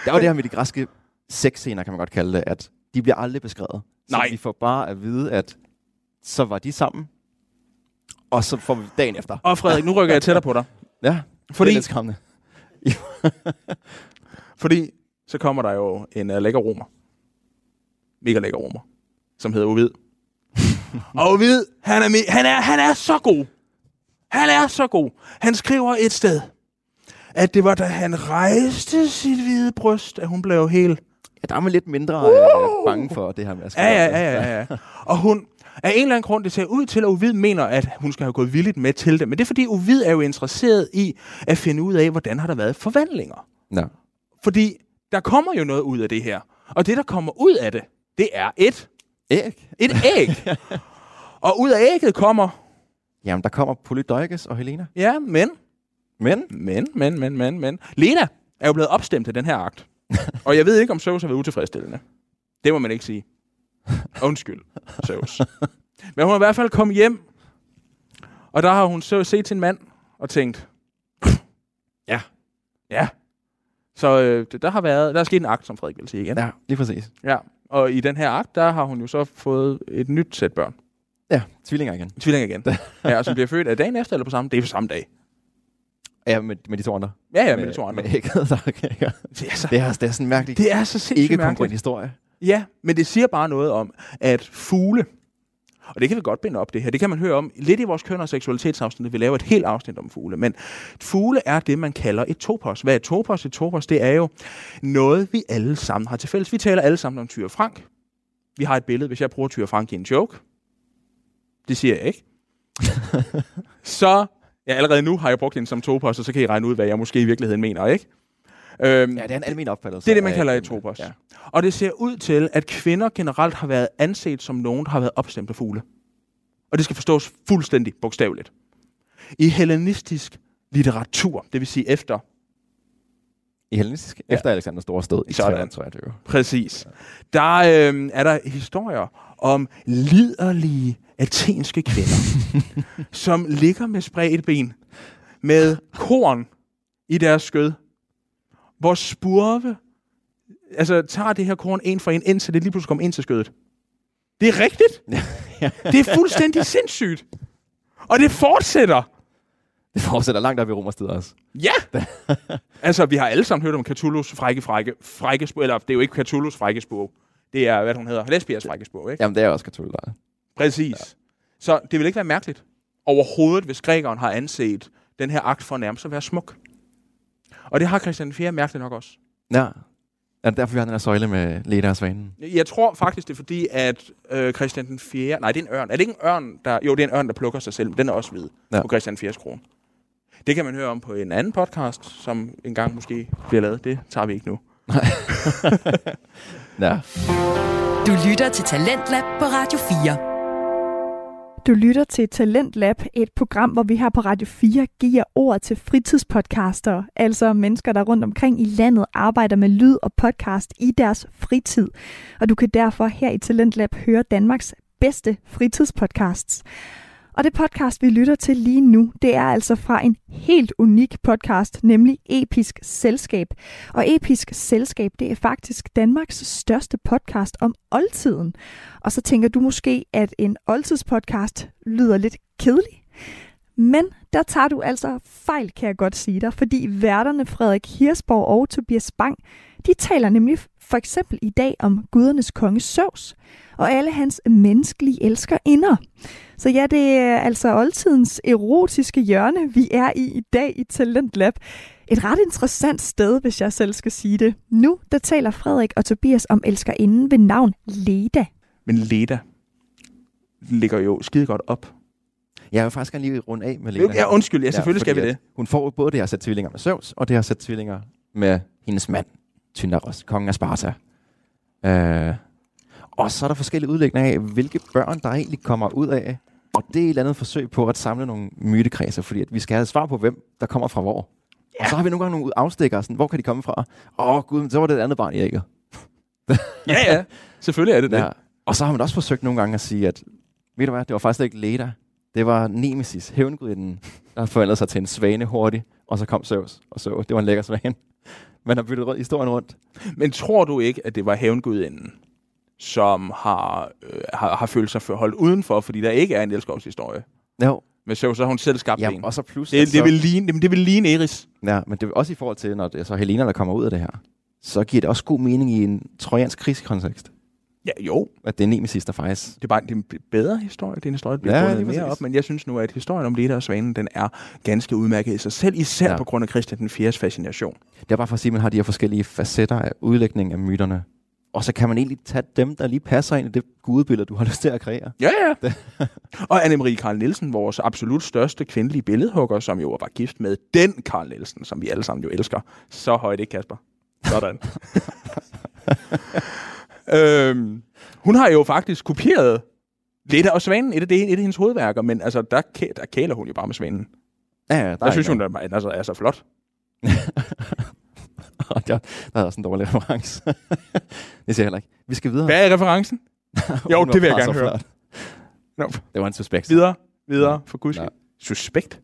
S5: Der var det her med de græske sexscener, kan man godt kalde det, at de bliver aldrig beskrevet. Så
S4: Nej.
S5: vi får bare at vide, at så var de sammen, og så får vi dagen efter.
S4: Og Frederik, nu rykker jeg tættere på dig.
S5: Ja, det
S4: Fordi-
S5: er lidt skræmmende.
S4: Fordi så kommer der jo en uh, lækker romer. Mega lækker romer. Som hedder Ovid. og Ovid, han er, me- han, er, han er så god. Han er så god. Han skriver et sted, at det var da han rejste sit hvide bryst, at hun blev helt
S5: Ja, der er man lidt mindre øh, bange for det her med at skrive.
S4: Ja, ja, ja, ja, ja. Og hun, af en eller anden grund, det ser ud til, at Ovid mener, at hun skal have gået villigt med til det. Men det er fordi, Ovid er jo interesseret i at finde ud af, hvordan har der været forvandlinger.
S5: Nå.
S4: Fordi der kommer jo noget ud af det her. Og det, der kommer ud af det, det er et,
S5: Æg?
S4: et æg. og ud af ægget kommer,
S5: Jamen, der kommer Polydorikes og Helena.
S4: ja, men
S5: Men
S4: Men, men, men, men, men. Lena er jo blevet opstemt til den her akt. og jeg ved ikke, om Zeus har været utilfredsstillende. Det må man ikke sige. Undskyld, Zeus. Men hun er i hvert fald kommet hjem, og der har hun så set sin mand og tænkt, ja, ja. Så øh, det- der har været, der er sket en akt, som Frederik vil sige igen.
S5: ja, lige præcis.
S4: Ja. Og i den her akt, der har hun jo så fået et nyt sæt børn.
S5: Ja, tvillinger igen.
S4: Tvillinger igen. ja, og som bliver født af dagen efter eller på samme? Det er på samme dag.
S5: Ja, med, med de to andre.
S4: Ja, ja, men det tror jeg.
S5: Med ægget, der okay,
S4: Det er så,
S5: det, er, også- det er sådan en mærkelig,
S4: det er så sindssygt
S5: ikke
S4: mærkeligt.
S5: kongruent historie.
S4: Ja, men det siger bare noget om, at fugle, og det kan vi godt binde op det her, det kan man høre om lidt i vores køn- og seksualitetsafsnit, vi laver et helt afsnit om fugle, men fugle er det, man kalder et topos. Hvad er et topos? Et topos, det er jo noget, vi alle sammen har til fælles. Vi taler alle sammen om Tyre Frank. Vi har et billede, hvis jeg bruger Tyre Frank i en joke. Det siger jeg ikke. så, ja, allerede nu har jeg brugt hende som topos, og så kan I regne ud, hvad jeg måske i virkeligheden mener, ikke? Øhm,
S5: Ja, det er en almen opfattelse.
S4: det er det, man
S5: af-
S4: kalder etropos. Ja. Og det ser ud til, at kvinder generelt har været anset som nogen, der har været opstemt af fugle. Og det skal forstås fuldstændig bogstaveligt. I hellenistisk litteratur, det vil sige efter,
S5: I hellenistisk, ja. efter Alexander Store stod i
S4: Sådan.
S5: 323.
S4: præcis, der øh, er der historier om liderlige athenske kvinder, som ligger med spredt ben, med korn i deres skød, hvor spurve altså, tager det her korn en for en, indtil det lige pludselig kommer ind til skødet. Det er rigtigt. Det er fuldstændig sindssygt. Og det fortsætter.
S5: Det fortsætter langt op i romerstid også.
S4: Ja! altså, vi har alle sammen hørt om Catullus frække frække, frække spor, eller det er jo ikke Catullus frække spor. Det er, hvad hun hedder, Lesbias frække spor, ikke?
S5: Jamen, det er også katolikker.
S4: Præcis. Ja. Så det vil ikke være mærkeligt overhovedet, hvis grækeren har anset den her akt for nærmest at være smuk. Og det har Christian 4. mærkeligt nok også.
S5: Ja. ja. derfor vi har den her søjle med leder og svanen.
S4: Jeg tror faktisk, det er fordi, at øh, Christian den 4. Nej, det er en ørn. Er det ikke en ørn, der... Jo, det er en ørn, der plukker sig selv. men Den er også hvid ja.
S5: Ja.
S4: på Christian 4. krone. Det kan man høre om på en anden podcast, som engang måske bliver lavet. Det tager vi ikke nu.
S5: Ja.
S2: Du lytter til Talentlab på Radio 4.
S3: Du lytter til Talentlab, et program, hvor vi her på Radio 4 giver ord til fritidspodcaster, altså mennesker, der rundt omkring i landet arbejder med lyd og podcast i deres fritid. Og du kan derfor her i Talentlab høre Danmarks bedste fritidspodcasts. Og det podcast, vi lytter til lige nu, det er altså fra en helt unik podcast, nemlig Episk Selskab. Og Episk Selskab, det er faktisk Danmarks største podcast om oldtiden. Og så tænker du måske, at en oldtidspodcast lyder lidt kedelig. Men der tager du altså fejl, kan jeg godt sige dig, fordi værterne Frederik Hirsborg og Tobias Bang, de taler nemlig for eksempel i dag om gudernes konge Søvs og alle hans menneskelige elskerinder. Så ja, det er altså oldtidens erotiske hjørne, vi er i i dag i Talent Lab. Et ret interessant sted, hvis jeg selv skal sige det. Nu, der taler Frederik og Tobias om elskerinden ved navn Leda.
S4: Men Leda ligger jo skide godt op.
S5: Jeg vil faktisk gerne lige runde af med Lena.
S4: Ja, undskyld. Ja, selvfølgelig skal vi
S5: fordi
S4: det.
S5: at Hun får både det her sæt tvillinger med Zeus, og det her sæt tvillinger med hendes mand, Tyndaros, kongen af Sparta. Øh, og så er der forskellige udlægninger af, hvilke børn, der egentlig kommer ud af. Og det er et eller andet forsøg på at samle nogle mytekredser, fordi at vi skal have svar på, hvem der kommer fra hvor. Ja. Og så har vi nogle gange nogle afstikker, sådan, hvor kan de komme fra? Åh gud, men så var det et andet barn i ægget.
S4: Ja, ja. Selvfølgelig er det det.
S5: Ja. Og så har man også forsøgt nogle gange at sige, at ved du hvad, det var faktisk slet ikke Leda. Det var Nemesis, hævngudinden, der forandrede sig til en svane hurtigt, og så kom Zeus, og så det var en lækker svane. Man har byttet rundt- historien rundt.
S4: Men tror du ikke, at det var hævngudinden, som har, øh, har, har følt sig for- holdt udenfor, fordi der ikke er en elskovshistorie?
S5: Jo.
S4: Men Zeus har hun selv skabt ja,
S5: Ja,
S4: en.
S5: og altså- så plus... at
S4: Det,
S5: så,
S4: det, vil ligne, jamen, det vil ligne Eris.
S5: ja, men det er også i forhold til, når det er så Helena, der kommer ud af det her, så giver det også god mening i en trojansk krigskontekst,
S4: Ja, jo.
S5: at det er Nemesis, der faktisk...
S4: Det er bare det er en b- bedre historie. Det er en historie, der bliver
S5: Ja,
S4: ja,
S5: lige
S4: mere
S5: præcis.
S4: op. Men jeg synes nu, at historien om Leda og Svanen, den er ganske udmærket i sig selv. Især ja.
S5: Ja.
S4: på grund af Christian den 4. fascination.
S5: Det er bare for at sige, at man har de her forskellige facetter af udlægning af myterne. Og så kan man egentlig tage dem, der lige passer ind i det gudebillede, du har lyst til at kreere.
S4: Ja, ja. og Anne-Marie Karl Nielsen, vores absolut største kvindelige billedhugger, som jo var gift med den Karl Nielsen, som vi alle sammen jo elsker. Så højt, ikke Kasper? Sådan. øhm, hun har jo faktisk kopieret lidt og Svanen, et af, det, et af hendes hovedværker, men altså, der, kæ- der kæler hun jo bare med Svanen.
S5: Ja, ja, der
S4: Der jeg synes hun,
S5: ikke
S4: at den altså, er så flot.
S5: noget. jeg, der er også en dårlig reference. det siger jeg heller ikke. Vi skal videre.
S4: Hvad er referencen? Jo,
S5: Hun var
S4: det vil jeg
S5: bare
S4: gerne
S5: så
S4: høre.
S5: flot.
S4: Nå.
S5: Det var en suspekt.
S4: Videre, videre, for guds
S5: Nå.
S4: skyld. Suspekt?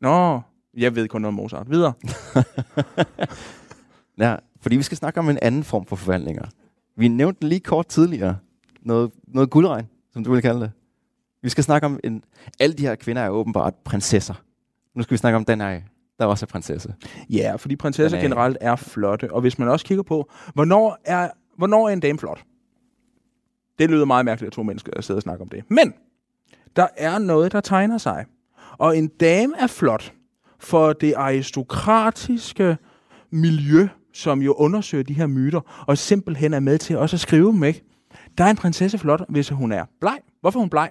S4: Nå, jeg ved kun noget om Mozart. Videre.
S5: Ja, fordi vi skal snakke om en anden form for forvandlinger. Vi nævnte lige kort tidligere noget, noget guldregn, som du ville kalde det. Vi skal snakke om, en, alle de her kvinder er åbenbart prinsesser. Nu skal vi snakke om den her, der også er prinsesse.
S4: Ja, fordi prinsesser
S5: Den er-
S4: generelt er flotte. Og hvis man også kigger på, hvornår er, hvornår er en dame flot? Det lyder meget mærkeligt, at to mennesker sidder og snakker om det. Men der er noget, der tegner sig. Og en dame er flot for det aristokratiske miljø, som jo undersøger de her myter, og simpelthen er med til også at skrive dem, ikke? Der er en prinsesse flot, hvis hun er bleg. Hvorfor er hun bleg?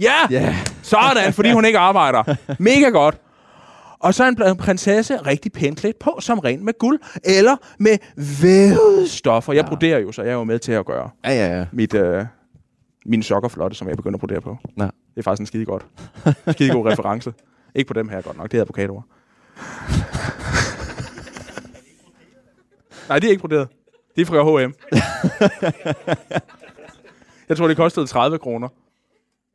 S4: Ja!
S5: Ja,
S4: Sådan, fordi hun ikke arbejder. Mega godt. Og så er en pr- prinsesse rigtig pænt klædt på, som ren med guld, eller med vævede stoffer. Jeg
S5: Ja.
S4: broderer jo, så jeg er jo med til at gøre
S5: ja, ja. ja.
S4: mit, øh, mine sokker flotte, som jeg begynder at brodere på.
S5: Nå.
S4: Det er faktisk en skide godt. Skide god reference. Ikke på dem her godt nok, det er advokatord. Nej, de er ikke broderet. De er fra H&M. jeg tror, det kostede 30 kroner.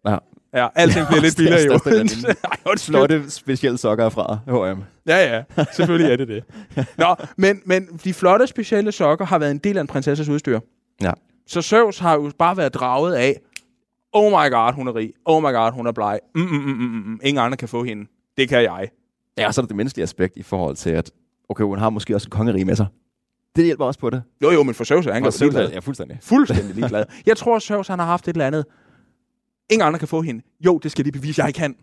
S5: ja.
S4: Ja, alting bliver lidt
S5: det er
S4: billigere i
S5: største
S4: Odense.
S5: værdi.
S4: Ej, undskyld.
S5: Flotte specielle sokker er fra H&M.
S4: Ja, ja. Selvfølgelig er det det. Nå, men, men de flotte specielle sokker har været en del af en prinsesses udstyr.
S5: Ja.
S4: Så Søvs har jo bare været draget af, oh my god, hun er rig. Oh my god, hun er bleg. Mm, mm, mm, mm, mm. Ingen andre kan få hende. Det kan jeg.
S5: Ja, og så er der det menneskelige aspekt i forhold til, at okay, hun har måske også en kongerige med sig. Det hjælper også på det.
S4: Jo, jo, men for Søvs er han godt ligeglad.
S5: ja, fuldstændig.
S4: Fuldstændig ligeglad. Jeg tror, Søvs han har haft et eller andet. Ingen andre kan få hende. Jo, det skal de bevise, jeg kan.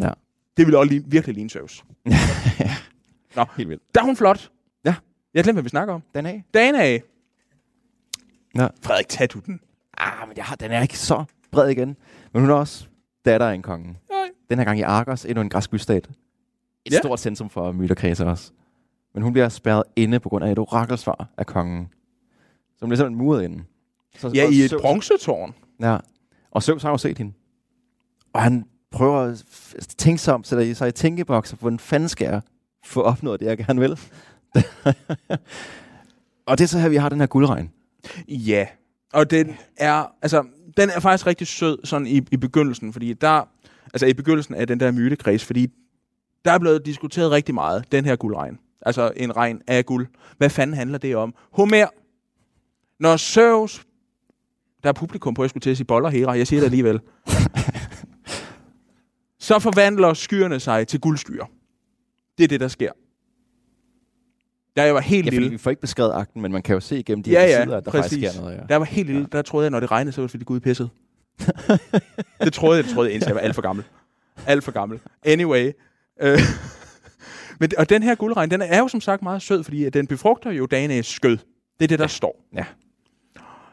S5: Ja.
S4: Det vil også lige, virkelig ligne Søvs.
S5: Helt vildt.
S4: Der er hun flot.
S5: Ja.
S4: Jeg glemte, hvad vi snakker om.
S5: Den af.
S4: Dana.
S5: Nå.
S4: Frederik, tag du den.
S5: Ah, men jeg har, den er ikke så bred igen. Men hun er også datter af en konge.
S4: Nej.
S5: Den her gang i Argos, endnu en græsk bystat. Et
S4: Ja.
S5: ja. stort centrum for myterkredse også. Men hun bliver spærret inde på grund af et orakelsvar af kongen. Så hun bliver simpelthen muret inde. Så,
S4: Ja,
S5: og
S4: i et
S5: Zeus-
S4: bronzetårn.
S5: Ja. Og Søvs har jo set hende. Og han prøver at f- tænke sig om, sætter sig i tænkebokser, hvordan fanden skal jeg få opnået det, jeg gerne vil? og det er så her, vi har den her guldregn.
S4: Ja. Og den er, altså, den er faktisk rigtig sød sådan i, i begyndelsen, fordi der, altså i begyndelsen af den der mytekreds, fordi der er blevet diskuteret rigtig meget, den her guldregn. Altså en regn af guld. Hvad fanden handler det om? Homer, når Søvs, der er publikum på, jeg skulle til at sige boller Hera, jeg siger det alligevel. så forvandler skyerne sig til guldskyer. Det er det, der sker. Da jeg var helt
S5: Ja, fordi
S4: lille,
S5: vi får ikke beskrevet akten, men man kan jo se igennem de
S4: Ja,
S5: her
S4: ja,
S5: sider, at der
S4: præcis.
S5: faktisk sker noget. Ja.
S4: Da jeg var helt lille, der troede jeg, når det regnede, så var det fordi Gud pissede. det troede jeg, det troede jeg, indtil jeg var alt for gammel. Alt for gammel. Anyway. Øh, men, og den her guldregn, den er jo som sagt meget sød, fordi at den befrugter jo Danes skød. Det er det, der ja. står.
S5: Ja.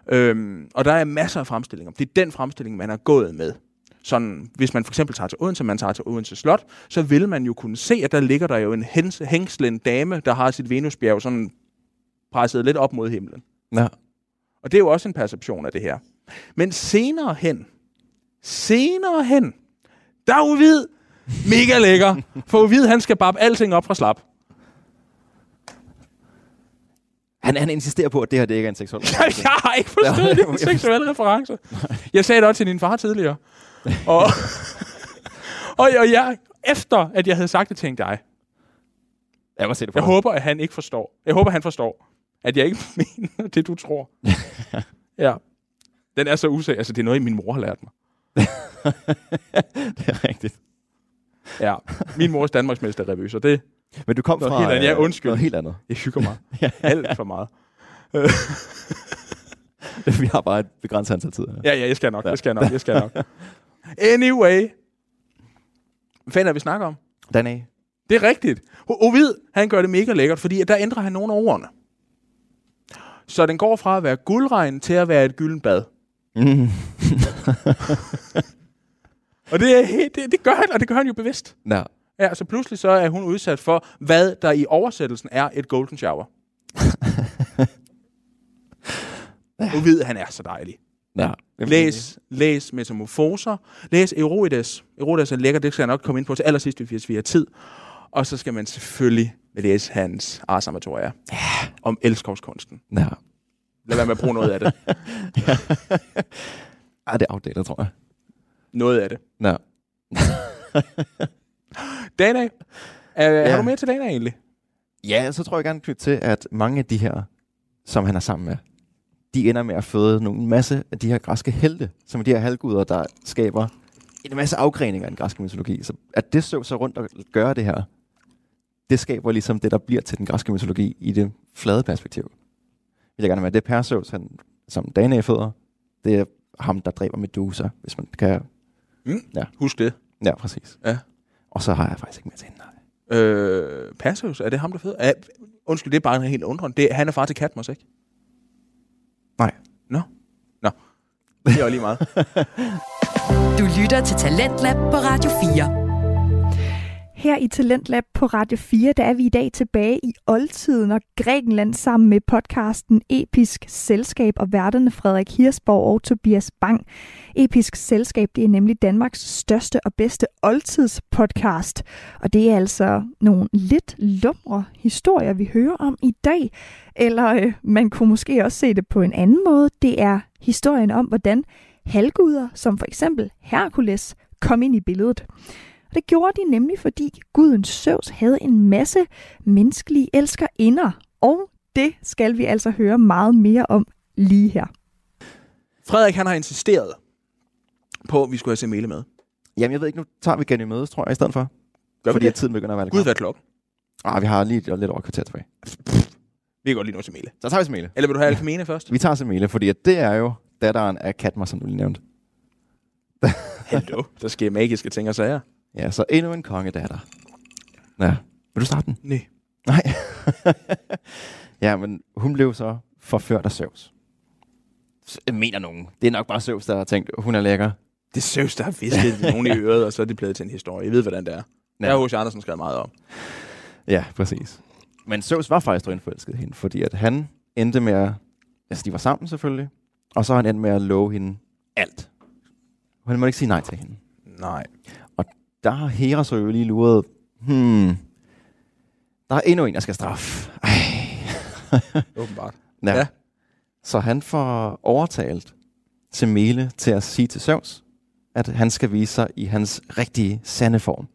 S4: Øhm, og der er masser af fremstillinger. Det er den fremstilling, man er gået med. Sådan, hvis man for eksempel tager til Odense, man tager til Odense Slot, så vil man jo kunne se, at der ligger der jo en hens- hængslen dame, der har sit Venusbjerg sådan presset lidt op mod himlen.
S5: Nå.
S4: Og det er jo også en perception af det her. Men senere hen, senere hen, der er Uvid mega lækker. For Uvid, han skal bare alting op fra slap.
S5: Han, han insisterer på, at det her det ikke er en seksuel
S4: Jeg har ikke
S5: Ja,
S4: forstået
S5: jeg-
S4: det en seksuel reference. Jeg sagde det også til din far tidligere. Og, og, og jeg, efter at jeg havde sagt det, tænkte jeg,
S5: Jeg må se det på
S4: jeg
S5: dig.
S4: håber, at han ikke forstår. Jeg håber, han forstår, at jeg ikke mener det, du tror. Ja. Den er så usag. Altså, det er noget, min mor har lært mig.
S5: det er rigtigt.
S4: Ja, min mors Danmarksmester revy, så det,
S5: Men du kom
S4: Noget
S5: fra
S4: helt andet. Ja,
S5: øh,
S4: undskyld.
S5: noget helt andet.
S4: jeg hygger mig alt for meget.
S5: vi har bare et begrænset antal tid. Ja.
S4: Ja, ja, jeg skal nok, jeg skal nok, jeg skal nok. Anyway. Hvad fanden er vi snakker om?
S5: Den af.
S4: Det er rigtigt. O- Ovid, han gør det mega lækkert, fordi at der ændrer han nogle af ordene. Så den går fra at være guldregn til at være et gylden bad.
S5: Mm.
S4: Og det, er, he- det, det gør han, og det gør han jo bevidst.
S5: Nå.
S4: Ja, så pludselig så er hun udsat for, hvad der i oversættelsen er et golden shower. Ovid, han er så dejlig.
S5: Nå. Hvem er
S4: Læs, læs Metamorfoser. Læs Eroides. Eroides er lækker, det skal jeg nok komme ind på til allersidst, hvis vi har tid. Og så skal man selvfølgelig læse hans Ars Amatoria ja. om elskovskunsten.
S5: det? Ja.
S4: Lad være med at bruge noget af det.
S5: Ej, Ah, det er outdated, tror jeg.
S4: Noget af det.
S5: Nå.
S4: Dana, er, ja.
S5: Ja.
S4: har du mere til Dana egentlig?
S5: Ja, så tror jeg gerne knytte til, at mange af de her, som han er sammen med, de ender med at føde nogle en masse af de her græske helte, som er de her halvguder, der skaber en masse afgreninger af den græske mytologi. Så at det så så rundt og gøre det her, det skaber ligesom det, der bliver til den græske mytologi i det flade perspektiv. Vil jeg gerne være det Perseus, han, som Danae føder, det er ham, der dræber Medusa, hvis man kan...
S4: Husk det.
S5: Ja, præcis.
S4: Ja.
S5: Og så har jeg faktisk ikke mere til hende. nej.
S4: Øh, Perseus, er det ham, der fed? Er, undskyld, det er bare en helt undren. Det, han er far til Katmos, ikke?
S5: Nej.
S4: Nå? Nå. Det er jo lige meget.
S2: Du lytter til Talentlab på Radio 4.
S3: Her i Talentlab på Radio 4, der er vi i dag tilbage i oldtiden og Grækenland sammen med podcasten Episk Selskab og værterne Frederik Hirsborg og Tobias Bang. Episk Selskab, det er nemlig Danmarks største og bedste oldtidspodcast. Og det er altså nogle lidt lumre historier, vi hører om i dag. Eller øh, man kunne måske også se det på en anden måde. Det er historien om, hvordan halvguder, som for eksempel Herkules, kom ind i billedet. Og det gjorde de nemlig, fordi guden Søvs havde en masse menneskelige elskerinder. Og det skal vi altså høre meget mere om lige her.
S4: Frederik, han har insisteret på, at vi skulle have Semele med.
S5: Jamen, jeg ved ikke, nu tager vi Ganymedes, tror jeg, i stedet for.
S4: Gør
S5: fordi
S4: vi
S5: at
S4: det?
S5: tiden begynder at være lidt
S4: Gud,
S5: knap.
S4: hvad er klokken?
S5: Ah, vi har lige lidt over et kvarter tilbage.
S4: Vi kan godt lige nå Semele.
S5: Så tager vi Semele.
S4: Eller vil du have Alkmene først?
S5: Vi tager Semele, fordi at det er jo datteren af Katmer, som du lige nævnte.
S4: Hallo. Der sker magiske ting og sager.
S5: Ja, så endnu en kongedatter. Ja. Vil du starte den?
S4: Nej.
S5: Nej. ja, men hun blev så forført af Søvs. S- Mener nogen. Det er nok bare Søvs, der har tænkt, hun er lækker.
S4: Det er Søvs, der har visket nogen i øret, og så er det blevet til en historie. I ved, hvordan det er. Ja. Der har H.C. Andersen skrevet meget om.
S5: Ja, præcis. Men Zeus var faktisk drønforelsket i hende, fordi at han endte med at... Altså, de var sammen selvfølgelig. Og så har han endt med at love hende alt. Han må ikke sige nej til hende.
S4: Nej.
S5: Der har Hera så jo lige luret... Hmm... Der er endnu en, jeg skal straffe. Ej.
S4: Åbenbart.
S5: Ja.
S4: Ja.
S5: ja. Så han får overtalt Semele til at sige til Zeus, at han skal vise sig i hans rigtige, sande form.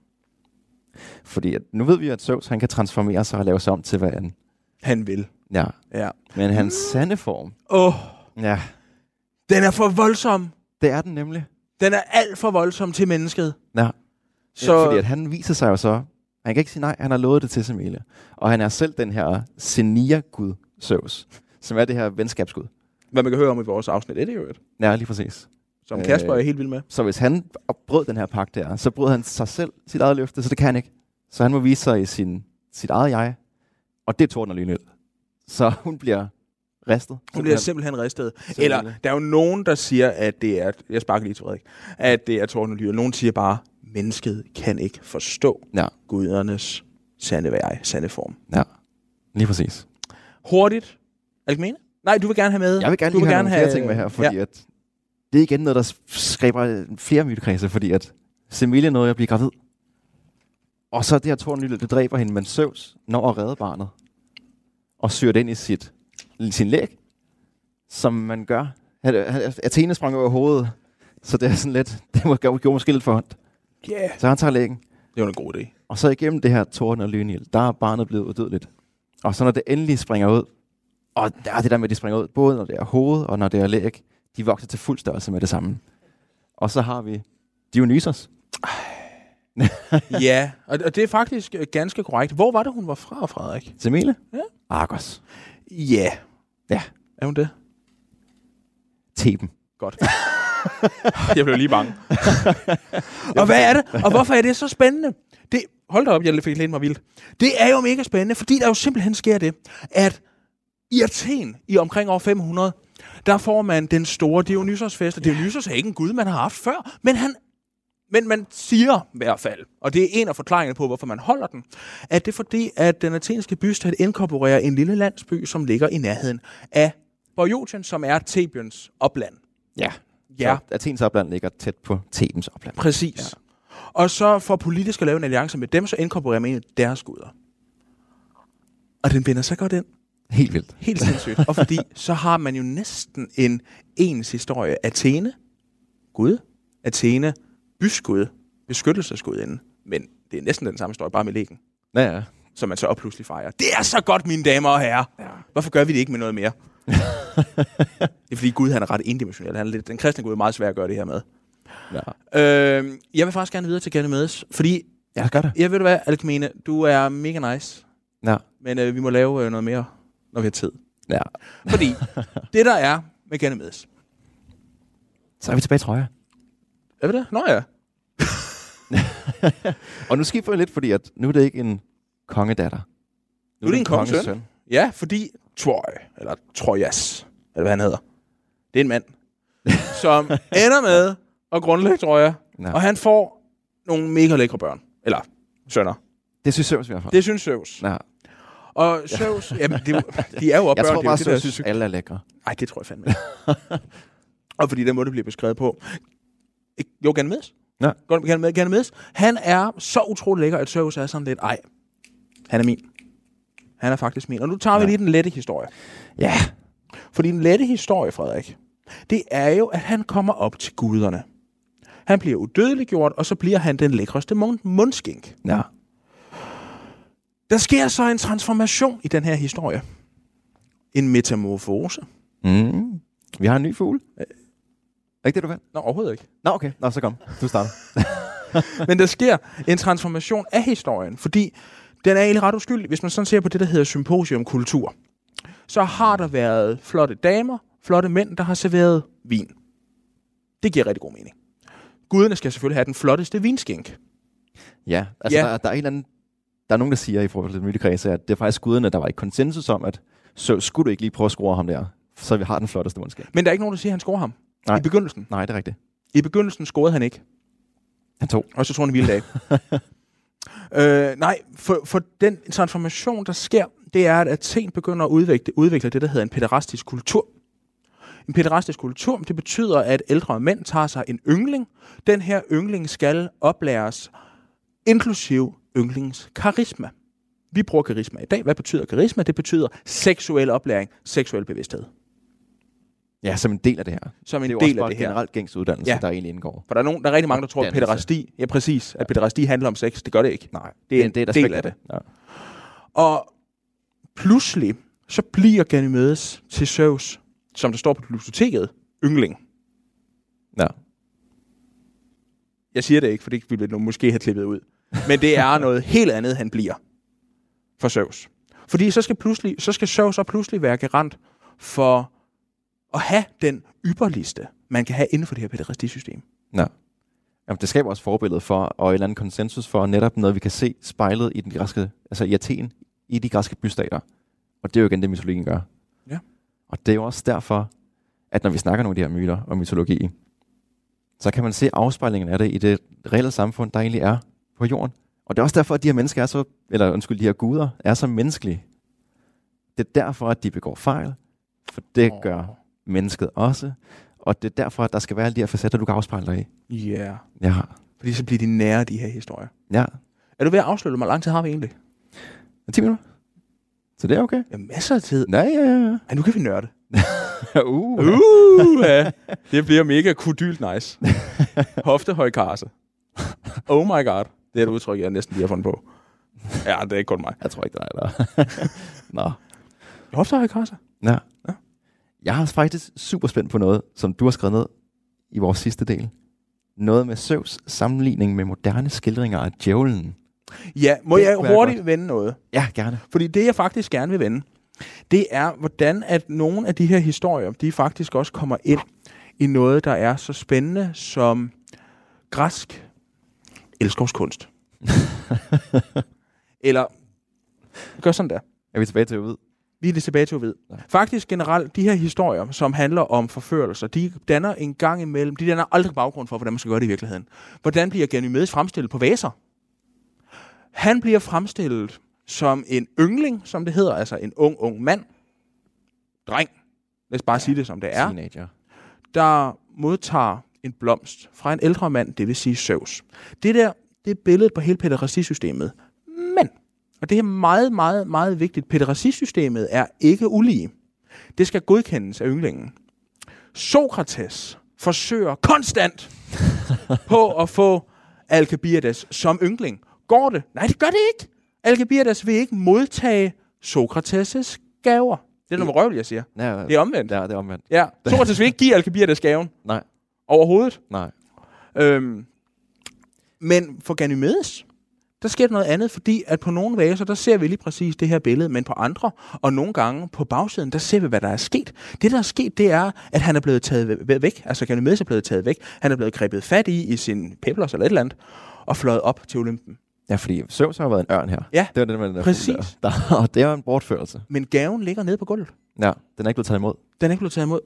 S5: Fordi at, nu ved vi jo, at Zeus han kan transformere sig og lave sig om til, hvad han...
S4: Han vil.
S5: Ja.
S4: Ja.
S5: Men hans sande form,
S4: Åh, oh,
S5: Ja,
S4: den er for voldsom.
S5: det er den nemlig.
S4: Den er alt for voldsom til mennesket.
S5: Ja.
S4: Så,
S5: Så... Fordi at han viser sig jo så, han kan ikke sige nej, han har lovet det til Semele. Og han er selv den her Senia-gud, Zeus, som er det her venskabsgud.
S4: hvad man kan høre om i vores afsnit 1 i øvrigt,
S5: Ja, lige præcis.
S4: som
S5: Øh.
S4: Kasper er helt vild med.
S5: Så hvis han brød den her pagt der, så brød han sig selv sit eget løfte, så det kan han ikke. Så han må vise sig i sin, sit eget jeg, og det tordner lynel. Så hun bliver ristet.
S4: Hun bliver
S5: simpelthen.
S4: simpelthen ristet.
S5: Simpelthen.
S4: Eller, der er jo nogen, der siger, at det er... Jeg sparker lige til Frederik. At det er Torben Lyre. Nogen siger bare, mennesket kan ikke forstå
S5: Ja.
S4: gudernes sande vej, sande form.
S5: Lige præcis.
S4: Hurtigt. Alkmene? Nej, du vil gerne have med.
S5: Jeg vil gerne
S4: du
S5: lige have nogle flere ting med her, fordi ja. at det er igen noget, der skaber flere mytekredse, fordi at Semilie nåede at blive gravid. Og så det her tornlyd, det dræber hende, men Søvs når at redde barnet og syr det ind i sit, sin læg, som man gør. Han- han- Athene sprang over hovedet, så det er sådan lidt, det må- gjorde måske lidt for ondt.
S4: Ja, yeah.
S5: Så han tager lægen,
S4: det var en god idé.
S5: og så igennem det her torden og lynild, der er barnet blevet udødeligt. Og så når det endelig springer ud, og der er det der med, at de springer ud, både når det er hoved og når det er læg, de vokser til fuld størrelse med det samme. Og så har vi Dionysos.
S4: ja, og, og det er faktisk øh, ganske korrekt. Hvor var det, hun var fra, Frederik?
S5: Semele?
S4: Ja.
S5: Argos.
S4: Ja.
S5: Ja.
S4: Er hun det?
S5: Theben.
S4: Godt. jeg blev lige bange. og hvad er det? Og hvorfor er det så spændende? Det, hold da op, jeg fik lidt mig vildt. Det er jo mega spændende, fordi der jo simpelthen sker det, at i Athen i omkring år 500, der får man den store Dionysos-fest. Og Dionysos er ikke en gud, man har haft før, men han men man siger i hvert fald, og det er en af forklaringerne på, hvorfor man holder den, at det er fordi, at den athenske bystat inkorporerer en lille landsby, som ligger i nærheden af Boiotien, som er Thebiens opland.
S5: Ja.
S4: Ja,
S5: Så Athens opland ligger tæt på Thebens opland.
S4: præcis. Ja. Og så for politisk at lave en alliance med dem, så inkorporerer man en af deres guder. Og den binder så godt ind.
S5: Helt vildt.
S4: Helt sindssygt. og fordi så har man jo næsten en ens historie. Athene, Gud. Athene, byskud, beskyttelsesgudinde. Men det er næsten den samme historie, bare med leken,
S5: Ja, ja.
S4: som man så pludselig fejrer. Det er så godt, mine damer og herrer. Ja. Hvorfor gør vi det ikke med noget mere? det er fordi Gud han er ret indimensionel. Han er lidt, den kristne Gud er meget svær at gøre det her med.
S5: ja.
S4: Øh, jeg vil faktisk gerne videre til Ganymedes, fordi
S5: Ja, gør det.
S4: jeg ved du hvad, Alkmene, du er mega nice,
S5: Ja.
S4: men øh, vi må lave øh, noget mere, når vi har tid.
S5: ja.
S4: Fordi det, der er med Ganymedes...
S5: Så er vi tilbage i trøjer.
S4: Er vi det? Nå ja.
S5: Og nu skifter jeg lidt, fordi at nu er det ikke en kongedatter.
S4: Nu er det en kongesøn. Ja, fordi Troy, eller Trojas, eller hvad han hedder, det er en mand, som ender med at grundlægge Troja,
S5: Ja.
S4: og han får nogle mega lækre børn. Eller sønner.
S5: Det synes Søvns i hvert fald.
S4: Det synes Zeus.
S5: Ja.
S4: Og Zeus, jamen, det, er jo- de er jo
S5: Jeg
S4: opbørn.
S5: tror bare,
S4: det er jo
S5: at
S4: det, der
S5: synes, alle er lækre.
S4: Nej, det tror jeg fandme ikke. og fordi den måde, det bliver beskrevet på. Ikke- Jo, Ganymedes.
S5: Ja.
S4: Godt, Ganymedes. Ganymedes. Han er så utrolig lækker, at Zeus er sådan lidt, ej, han er min. Han er faktisk min. Og nu tager vi
S5: Ja.
S4: lige den lette historie.
S5: Ja.
S4: Fordi den lette historie, Frederik, det er jo, at han kommer op til guderne. Han bliver udødeliggjort, og så bliver han den lækreste mund- mundskink.
S5: Ja.
S4: Der sker så en transformation i den her historie. En metamorfose.
S5: Mm. Vi har en ny fugl. Er ikke det, du vandt?
S4: Nå, overhovedet ikke.
S5: Nå, okay. Nå, så kom. Du starter.
S4: Men der sker en transformation af historien, fordi den er egentlig ret uskyldig. Hvis man sådan ser på det, der hedder symposiumkultur, så har der været flotte damer, flotte mænd, der har serveret vin. Det giver rigtig god mening. Guderne skal selvfølgelig have den flotteste vinskænk.
S5: Ja, altså
S4: Ja.
S5: ja. Der, der, er en eller anden, der er nogen, der siger i forhold til mytekredse, at det er faktisk guderne, der var ikke konsensus om, at så skulle du ikke lige prøve at skrue ham der, så vi har den flotteste månedskab.
S4: Men der er ikke nogen, der siger, at han scorer ham.
S5: Nej.
S4: I begyndelsen.
S5: Nej, det er rigtigt.
S4: I begyndelsen scorede han ikke.
S5: Han tog.
S4: Og så tog han en vild dag. øh, nej, for, for den transformation, der sker, det er, at Athen begynder at udvikle, udvikle det, der hedder en pæderastisk kultur. En pæderastisk kultur, det betyder, at ældre mænd tager sig en yngling. Den her yngling skal oplæres, inklusiv ynglingens karisma. Vi bruger karisma i dag. Hvad betyder karisma? Det betyder seksuel oplæring, seksuel bevidsthed.
S5: Ja, som en del af det her. Det
S4: Som en
S5: er jo
S4: del
S5: også
S4: af
S5: bare
S4: det her.
S5: generelt gængs uddannelse,
S4: Ja.
S5: ja. der egentlig indgår.
S4: For der er, nogen, der er rigtig mange, der tror, at
S5: Dannelse.
S4: pæderasti, ja præcis, at pæderasti handler om sex. Det gør det ikke.
S5: Nej,
S4: Det er en del af det.
S5: Ja.
S4: Og pludselig, så bliver Ganymedes til Zeus, som der står på biblioteket, yngling.
S5: ja.
S4: Jeg siger det ikke, for det ville vi måske have klippet ud. Men det er noget helt andet, han bliver for Zeus. Fordi så skal, pludselig, så skal Zeus så pludselig være garant for at have den ypperligste, man kan have inden for det her pæderastisystem.
S5: ja. Jamen, det skaber også forbillede for, og et eller andet konsensus for, netop noget, vi kan se spejlet i, den græske, altså i Athen, i de græske bystater. Og det er jo igen det, mytologien gør.
S4: Ja.
S5: Og det er jo også derfor, at når vi snakker nogle af de her myter og mytologi, så kan man se afspejlingen af det i det reelle samfund, der egentlig er på jorden. Og det er også derfor, at de her mennesker er så, eller undskyld, de her guder er så menneskelige. Det er derfor, at de begår fejl, for det
S4: Åh.
S5: gør mennesket også. Og det er derfor, at der skal være alle de her facetter, du kan afspejle dig i.
S4: Ja. Yeah.
S5: Ja.
S4: Fordi så bliver de nære, de her historier.
S5: Ja.
S4: Er du ved at afsløre, hvor lang tid har vi egentlig?
S5: 10 minutter. Så det er okay.
S4: Ja, masser af tid.
S5: Nej, ja, ja,
S4: Ja, nu kan vi nørde.
S5: ja. Uh.
S4: Uh, ja. Det bliver mega kudylt nice. Hoftehøjkarse. Oh my god. Det er et udtryk, jeg næsten lige har fundet på. Ja, det er ikke kun mig.
S5: Jeg tror ikke, der er der. Nå.
S4: Hoftehøjkarse?
S5: Ja.
S4: Ja.
S5: Jeg er faktisk super spændt på noget, som du har skrevet ned i vores sidste del. Noget med Søvs sammenligning med moderne skildringer af djævlen.
S4: Ja, må
S5: Det
S4: jeg
S5: kunne være
S4: hurtigt vende noget?
S5: Ja, gerne.
S4: Fordi det, jeg faktisk gerne vil vende, det er, hvordan at nogle af de her historier, de faktisk også kommer ind i noget, der er så spændende som græsk elskovskunst. Eller, gør sådan der.
S5: Er vi tilbage til ud?
S4: Vi er det tilbage til ved.
S5: Nej.
S4: Faktisk generelt, de her historier, som handler om forførelser, de danner en gang imellem, de danner aldrig baggrund for, hvordan man skal gøre det i virkeligheden. Hvordan bliver Ganymedes fremstillet på vaser? Han bliver fremstillet som en yngling, som det hedder, altså en ung, ung mand. Dreng. Lad os bare sige det, som det er.
S5: Teenager.
S4: der modtager en blomst fra en ældre mand, det vil sige Zeus. Det der, det er billedet på hele pæderacisystemet. Men, og det er meget, meget, meget vigtigt, pæderacisystemet er ikke ulige. Det skal godkendes af ynglingen. Sokrates forsøger konstant på at få Alcibiades som yngling. Går det? Nej, det gør det ikke. Alcibiades vil ikke modtage Sokrates' gaver. Det er noget røvligt, jeg siger.
S5: Ja,
S4: Det er omvendt.
S5: Ja, det er omvendt.
S4: Ja, Sokrates vil ikke give Alcibiades gaven
S5: Nej,
S4: overhovedet.
S5: nej.
S4: Øhm, men for Ganymedes, der sker der noget andet, fordi at på nogle vaser, der ser vi lige præcis det her billede, men på andre, og nogle gange på bagsiden, der ser vi, hvad der er sket. Det, der er sket, det er, at han er blevet taget væ- væk. Altså Ganymedes er blevet taget væk. Han er blevet grebet fat i i sin peplos eller et eller andet, og fløjet op til Olympen.
S5: Ja, fordi Zeus har været en ørn her.
S4: Ja,
S5: Det var den, man der-
S4: præcis.
S5: Der, og det er jo en bortførelse.
S4: Men gaven ligger nede på gulvet.
S5: Ja, den er ikke blevet taget imod.
S4: Den er ikke blevet taget imod.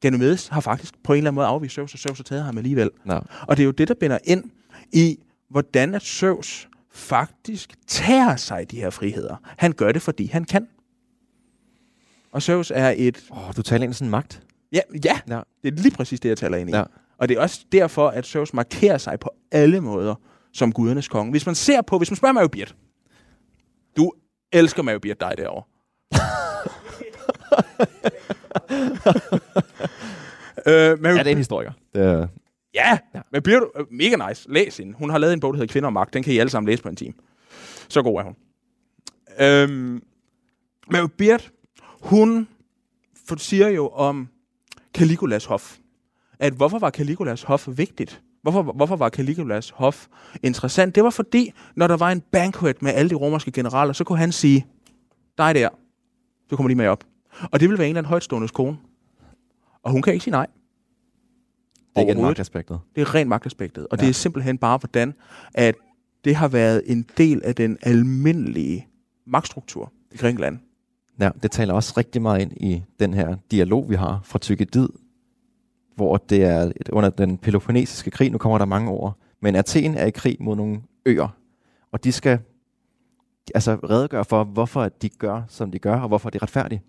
S4: Ganymedes har faktisk på en eller anden måde afvist Zeus, og Zeus har taget ham alligevel.
S5: Nej.
S4: Og det er jo det, der binder ind i, hvordan at Zeus faktisk tager sig de her friheder. Han gør det, fordi han kan. Og Zeus er et...
S5: Åh, du taler ind i sådan en magt.
S4: Ja, ja,
S5: Ja.
S4: det er lige præcis det, jeg taler ind i.
S5: Ja.
S4: Og det er også derfor, at Zeus markerer sig på alle måder som gudernes konge. Hvis man ser på... Hvis man spørger Mario Birt, du elsker Mario Birt dig derovre. øh, Mario
S5: Ja, det er en historiker. Det er,
S4: Ja,
S5: Ja.
S4: ja. men bliver du øh, mega nice. Læs hende. Hun har lavet en bog, der hedder Kvinder og Magt. Den kan I alle sammen læse på en time. Så god er hun. Øhm, men Beard, hun for- siger jo om Caligulas hof, at hvorfor var Caligulas hof vigtigt? Hvorfor, hvorfor var Caligulas hof interessant? Det var fordi, når der var en banquet med alle de romerske generaler, så kunne han sige, dig der, du kommer lige med op. Og det ville være en eller anden højtståendes kone. Og hun kan ikke sige nej.
S5: det er ikke en
S4: Overhovedet.
S5: magtaspektet.
S4: Det er rent magtaspektet. Og ja.
S5: Ja.
S4: det er simpelthen bare, hvordan at det har været en del af den almindelige magtstruktur i Grækenland.
S5: Ja, det taler også rigtig meget ind i den her dialog, vi har fra Tykkedid, hvor det er et- under den peloponnesiske krig, nu kommer der mange år, men Athen er i krig mod nogle øer, og de skal altså redegøre for, hvorfor at de gør, som de gør, og hvorfor det er retfærdigt.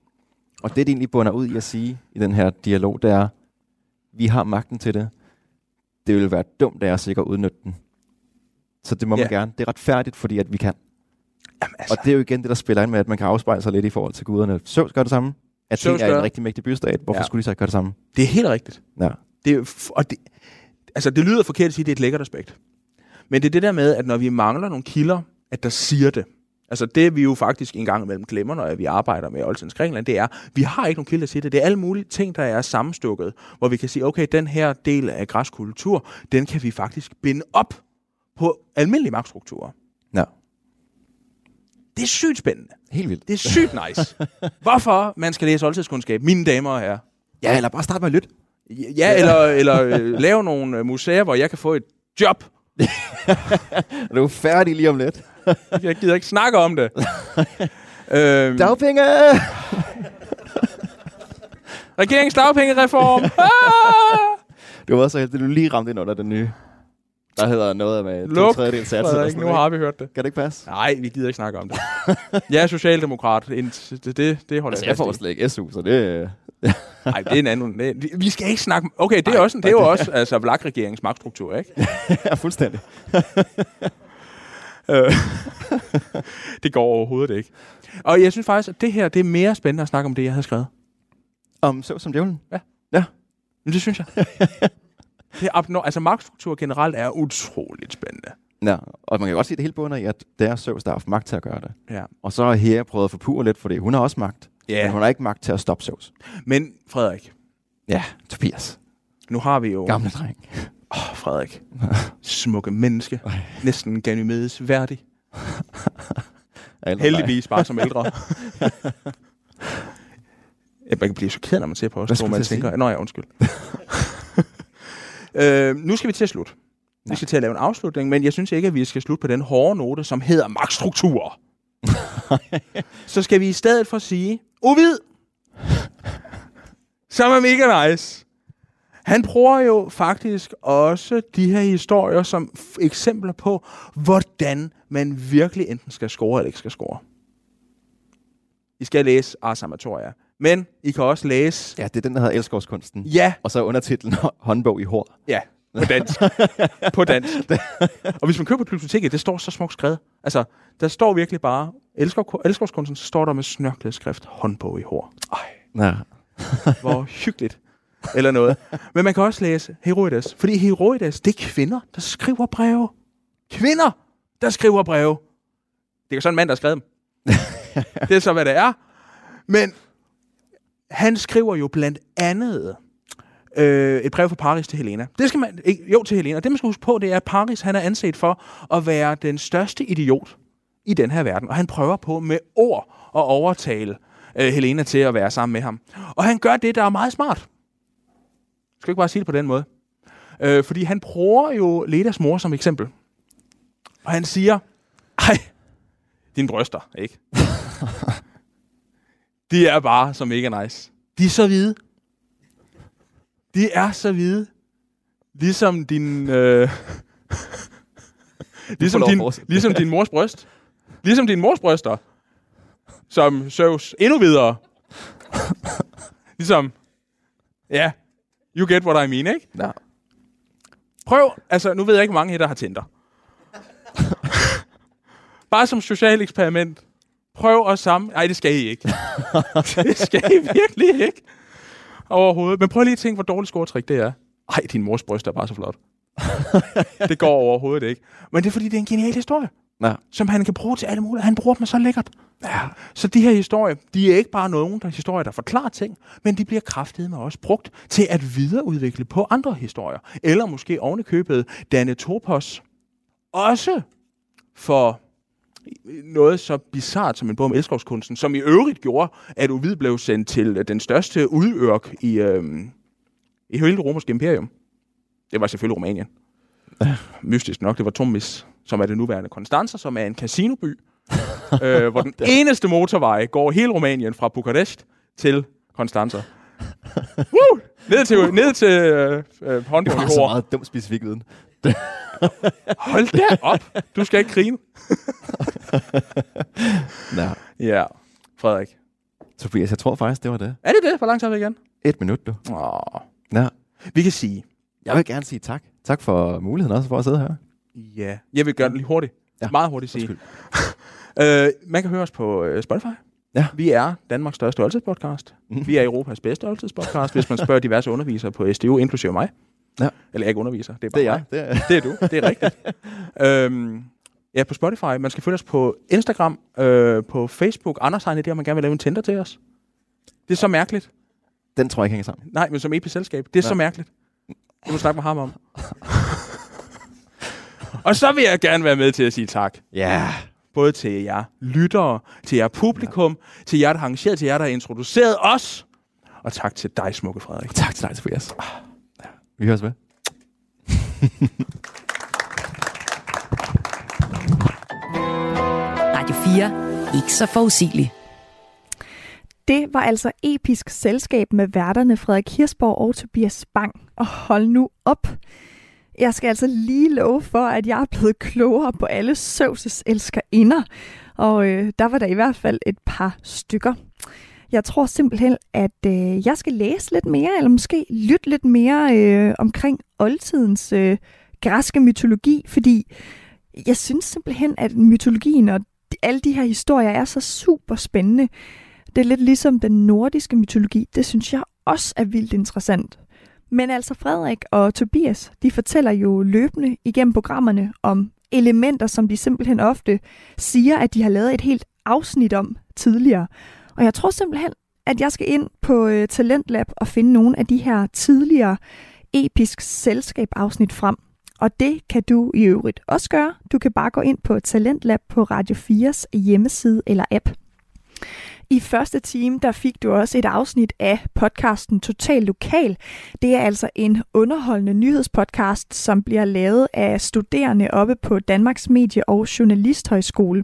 S5: Og det, det egentlig bunder ud i at sige i den her dialog, det er, vi har magten til det. Det ville være dumt af os ikke at udnytte den. Så det må man
S4: Ja.
S5: gerne. Det er retfærdigt, fordi at vi kan.
S4: Jamen altså,
S5: Og det er jo igen det, der spiller ind med, at man kan afspejle sig lidt i forhold til guderne. Zeus gør det samme. At
S4: Zeus
S5: det er
S4: gør-
S5: en rigtig mægtig bystat. Hvorfor ja.
S4: Ja.
S5: skulle de så ikke gøre det samme?
S4: det er helt rigtigt.
S5: Ja.
S4: Det, er f- og det, altså, det lyder forkert at sige, at det er et lækkert aspekt. Men det er det der med, at når vi mangler nogle kilder, at der siger det. Altså det, vi jo faktisk en gang imellem glemmer, når vi arbejder med Oldtidens Grækenland, det er, vi har ikke nogen kilder til det. Det er alle mulige ting, der er sammenstukket, hvor vi kan sige, okay, den her del af græsk kultur, den kan vi faktisk binde op på almindelige magtstrukturer.
S5: ja.
S4: Det er sygt spændende.
S5: Helt vildt.
S4: Det er sygt nice. Hvorfor man skal læse oldtidskundskab, mine damer og herrer.
S5: Ja, eller bare starte med at lytte.
S4: Ja, eller, eller øh, lave nogle øh, museer, hvor jeg kan få et job.
S5: Er du færdig lige om lidt?
S4: Jeg gider ikke snakke om det. øhm,
S5: Dagpenge!
S4: regeringens dagpengereform. Ah!
S5: Du var så heldig, at du lige ramte ind under den nye. Der hedder noget med to
S4: Luk,
S5: tredjedel sats. eller
S4: Frederik,
S5: sådan
S4: nu
S5: noget,
S4: har vi hørt det.
S5: Kan det ikke passe?
S4: Nej, vi gider ikke snakke om det. Jeg er socialdemokrat. En- Det, det, det holder
S5: Altså, jeg får
S4: fast i.
S5: slet ikke SU, så det... øh,
S4: Nej, det er en anden. det- Vi skal ikke snakke... Okay, det er, også, en- det er jo også altså, VLAG-regeringens magtstruktur, ikke?
S5: Ja, fuldstændig.
S4: Øh, det går overhovedet ikke. Og jeg synes faktisk, at det her det er mere spændende at snakke om det, jeg havde skrevet.
S5: Om så som djævlen.
S4: Men det synes jeg. det er abnor- altså magtstruktur generelt er utroligt spændende.
S5: Ja, og man kan godt se, at det hele bunder i, at det er Zeus, der har haft magt til at gøre det.
S4: Ja.
S5: Og så har Hera prøvet at forpure lidt, fordi hun har også magt. Men hun har ikke magt til at stoppe Zeus.
S4: Men Frederik,
S5: Ja, Tobias.
S4: nu har vi jo...
S5: Gamle dreng.
S4: Åh, Frederik. Smukke menneske. Næsten Ganymedes værdig.
S5: Ældre
S4: Heldigvis bare som ældre. Ja, man kan blive chokeret, når man ser på os,
S5: Hvad
S4: to,
S5: skulle
S4: man
S5: jeg sige?
S4: tænker, nå ja, undskyld. øh, nu skal vi til at slutte. Vi
S5: Nej.
S4: skal til at lave en afslutning, men jeg synes ikke, at vi skal slutte på den hårde note, som hedder magtstrukturer. Så skal vi i stedet for sige, Ovid, som er mega nice. Han bruger jo faktisk også de her historier som f- eksempler på, hvordan man virkelig enten skal score eller ikke skal score. I skal læse Ars Amatoria. Men I kan også læse,
S5: Ja, det er den, der hedder Elskovskunsten.
S4: ja,
S5: Og så er undertitlen håndbog i hår.
S4: ja, på dansk. på dansk. Og hvis man køber på biblioteket, det står så smukt skrevet. Altså, der står virkelig bare, elsker, elskovskunsten, så står der med snørklædt skrift, håndbog i hår. Ej,
S5: Ja.
S4: hvor hyggeligt. Eller noget. Men man kan også læse Heroides. Fordi Heroides, det er kvinder, der skriver breve. Kvinder, der skriver breve. Det er jo sådan en mand, der har skrevet dem. det er så, hvad det er. Men han skriver jo blandt andet øh, et brev fra Paris til Helena. Det skal man, ikke- jo, til Helena. Det, man skal huske på, det er, at Paris han er anset for at være den største idiot i den her verden. Og han prøver på med ord at overtale øh, Helena til at være sammen med ham. Og han gør det, der er meget smart. Jeg skal ikke bare sige det på den måde. Øh, fordi han bruger jo Ledas mor som eksempel. Og han siger, ej, dine bryster, ikke? De er bare så mega nice. De er så hvide. De er så hvide. Ligesom din... Øh, ligesom,
S5: lov at
S4: din
S5: fortsætte.
S4: ligesom din mors bryst. Ligesom din mors bryster. Som søvs endnu videre. ligesom... Ja, you get what I mean, ikke?
S5: Ja.
S4: Prøv, altså nu ved jeg ikke, hvor mange hætter har Tinder. Bare som socialt eksperiment. Prøv at sammen... Nej, det skal I ikke. det skal I virkelig ikke. Overhovedet. Men prøv lige at tænke, hvor dårligt scoretrik det er. Ej, din mors bryst er bare så flot. det går overhovedet ikke. Men det er, fordi det er en genial historie
S5: ja.
S4: som han kan bruge til alle mulige. Han bruger dem så lækkert. Ja. Så de her historier, de er ikke bare nogen der historier, der forklarer ting, men de bliver kraftet med også brugt til at videreudvikle på andre historier. Eller måske ovenikøbet danne topos. Også for noget så bizart som en bog om elskovskunsten, som i øvrigt gjorde, at Ovid blev sendt til øh, den største udørk i, øhm, i hele det romerske imperium. Det var selvfølgelig Rumænien mystisk nok, det var Tomis, som er det nuværende Konstanza, som er en casinoby, øh, hvor den eneste motorvej går hele Rumænien fra Bukarest til Konstanza. Woo! Ned til, ned til øh, øh,
S5: Det
S4: håndbold.
S5: var så meget dum specifik viden.
S4: Hold da op! Du skal ikke grine.
S5: Ja.
S4: Ja, Frederik.
S5: Tobias, jeg tror faktisk, det var det.
S4: Er det det? Hvor langt har vi igen?
S5: Et minut, du.
S4: Åh.
S5: Ja.
S4: Vi kan sige,
S5: Jeg vil gerne sige tak. Tak for muligheden også for at sidde her.
S4: ja, jeg vil gøre det lige hurtigt. Ja.
S5: Ja.
S4: Meget hurtigt sige. Øh, man kan høre os på øh, Spotify.
S5: Ja. Mhm.
S4: Vi er Danmarks største oldtidspodcast. Mm. Vi er Europas bedste oldtidspodcast, hvis man spørger diverse undervisere på SDU, inklusive mig.
S5: Ja.
S4: Eller ikke underviser, det er bare
S5: Det er
S4: mig.
S5: jeg. Det er...
S4: Det er du, det er rigtigt. øhm, ja, på Spotify. Man skal følge os på Instagram, øh, på Facebook. Anders har en idé, om man gerne vil lave en Tinder til os. Det er så mærkeligt.
S5: Den tror jeg ikke hænger sammen.
S4: Nej, men som EP-selskab. Det er ja.
S5: Ja.
S4: så mærkeligt. Det må du snakke med ham om. Og så vil jeg gerne være med til at sige tak
S5: Ja.
S4: både til jer lyttere, til jer publikum, ja. til jer, der har arrangeret, til jer, der har introduceret os. Og tak til dig, smukke Frederik.
S5: Tak til dig, Tobias. Ah. Ja. Vi høres ved.
S2: Radio 4. Ikke så forudsigelig.
S3: Det var altså episk selskab med værterne Frederik Hirsborg og Tobias Bang. Og hold nu op. Jeg skal altså lige love for, at jeg er blevet klogere på alle Søvses elskerinder. Og øh, der var der i hvert fald et par stykker. Jeg tror simpelthen, at øh, jeg skal læse lidt mere, eller måske lytte lidt mere øh, omkring oldtidens øh, græske mytologi, fordi jeg synes simpelthen, at mytologien og alle de her historier er så super spændende. Det er lidt ligesom den nordiske mytologi. Det synes jeg også er vildt interessant. Men altså Frederik og Tobias, de fortæller jo løbende igennem programmerne om elementer, som de simpelthen ofte siger, at de har lavet et helt afsnit om tidligere. Og jeg tror simpelthen, at jeg skal ind på øh, Talentlab og finde nogle af de her tidligere episk selskab-afsnit frem. Og det kan du i øvrigt også gøre. Du kan bare gå ind på Talentlab på Radio 4's hjemmeside eller app. I første time, der fik du også et afsnit af podcasten Total Lokal. Det er altså en underholdende nyhedspodcast, som bliver lavet af studerende oppe på Danmarks Medie- og Journalisthøjskole.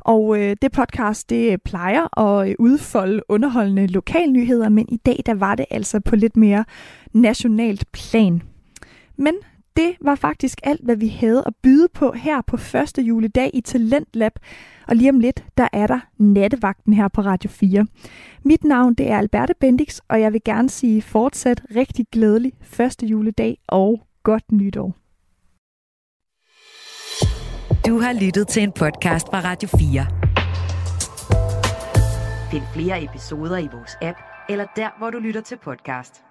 S3: Og øh, det podcast, det øh, plejer at øh, udfolde underholdende lokalnyheder, men i dag, der var det altså på lidt mere nationalt plan. Men det var faktisk alt, hvad vi havde at byde på her på første juledag i Talentlab. Og lige om lidt, der er der nattevagten her på Radio 4. Mit navn det er Alberte Bendix, og jeg vil gerne sige fortsat rigtig glædelig første juledag og godt nytår.
S2: Du har lyttet til en podcast fra Radio 4. Find flere episoder i vores app, eller der, hvor du lytter til podcast.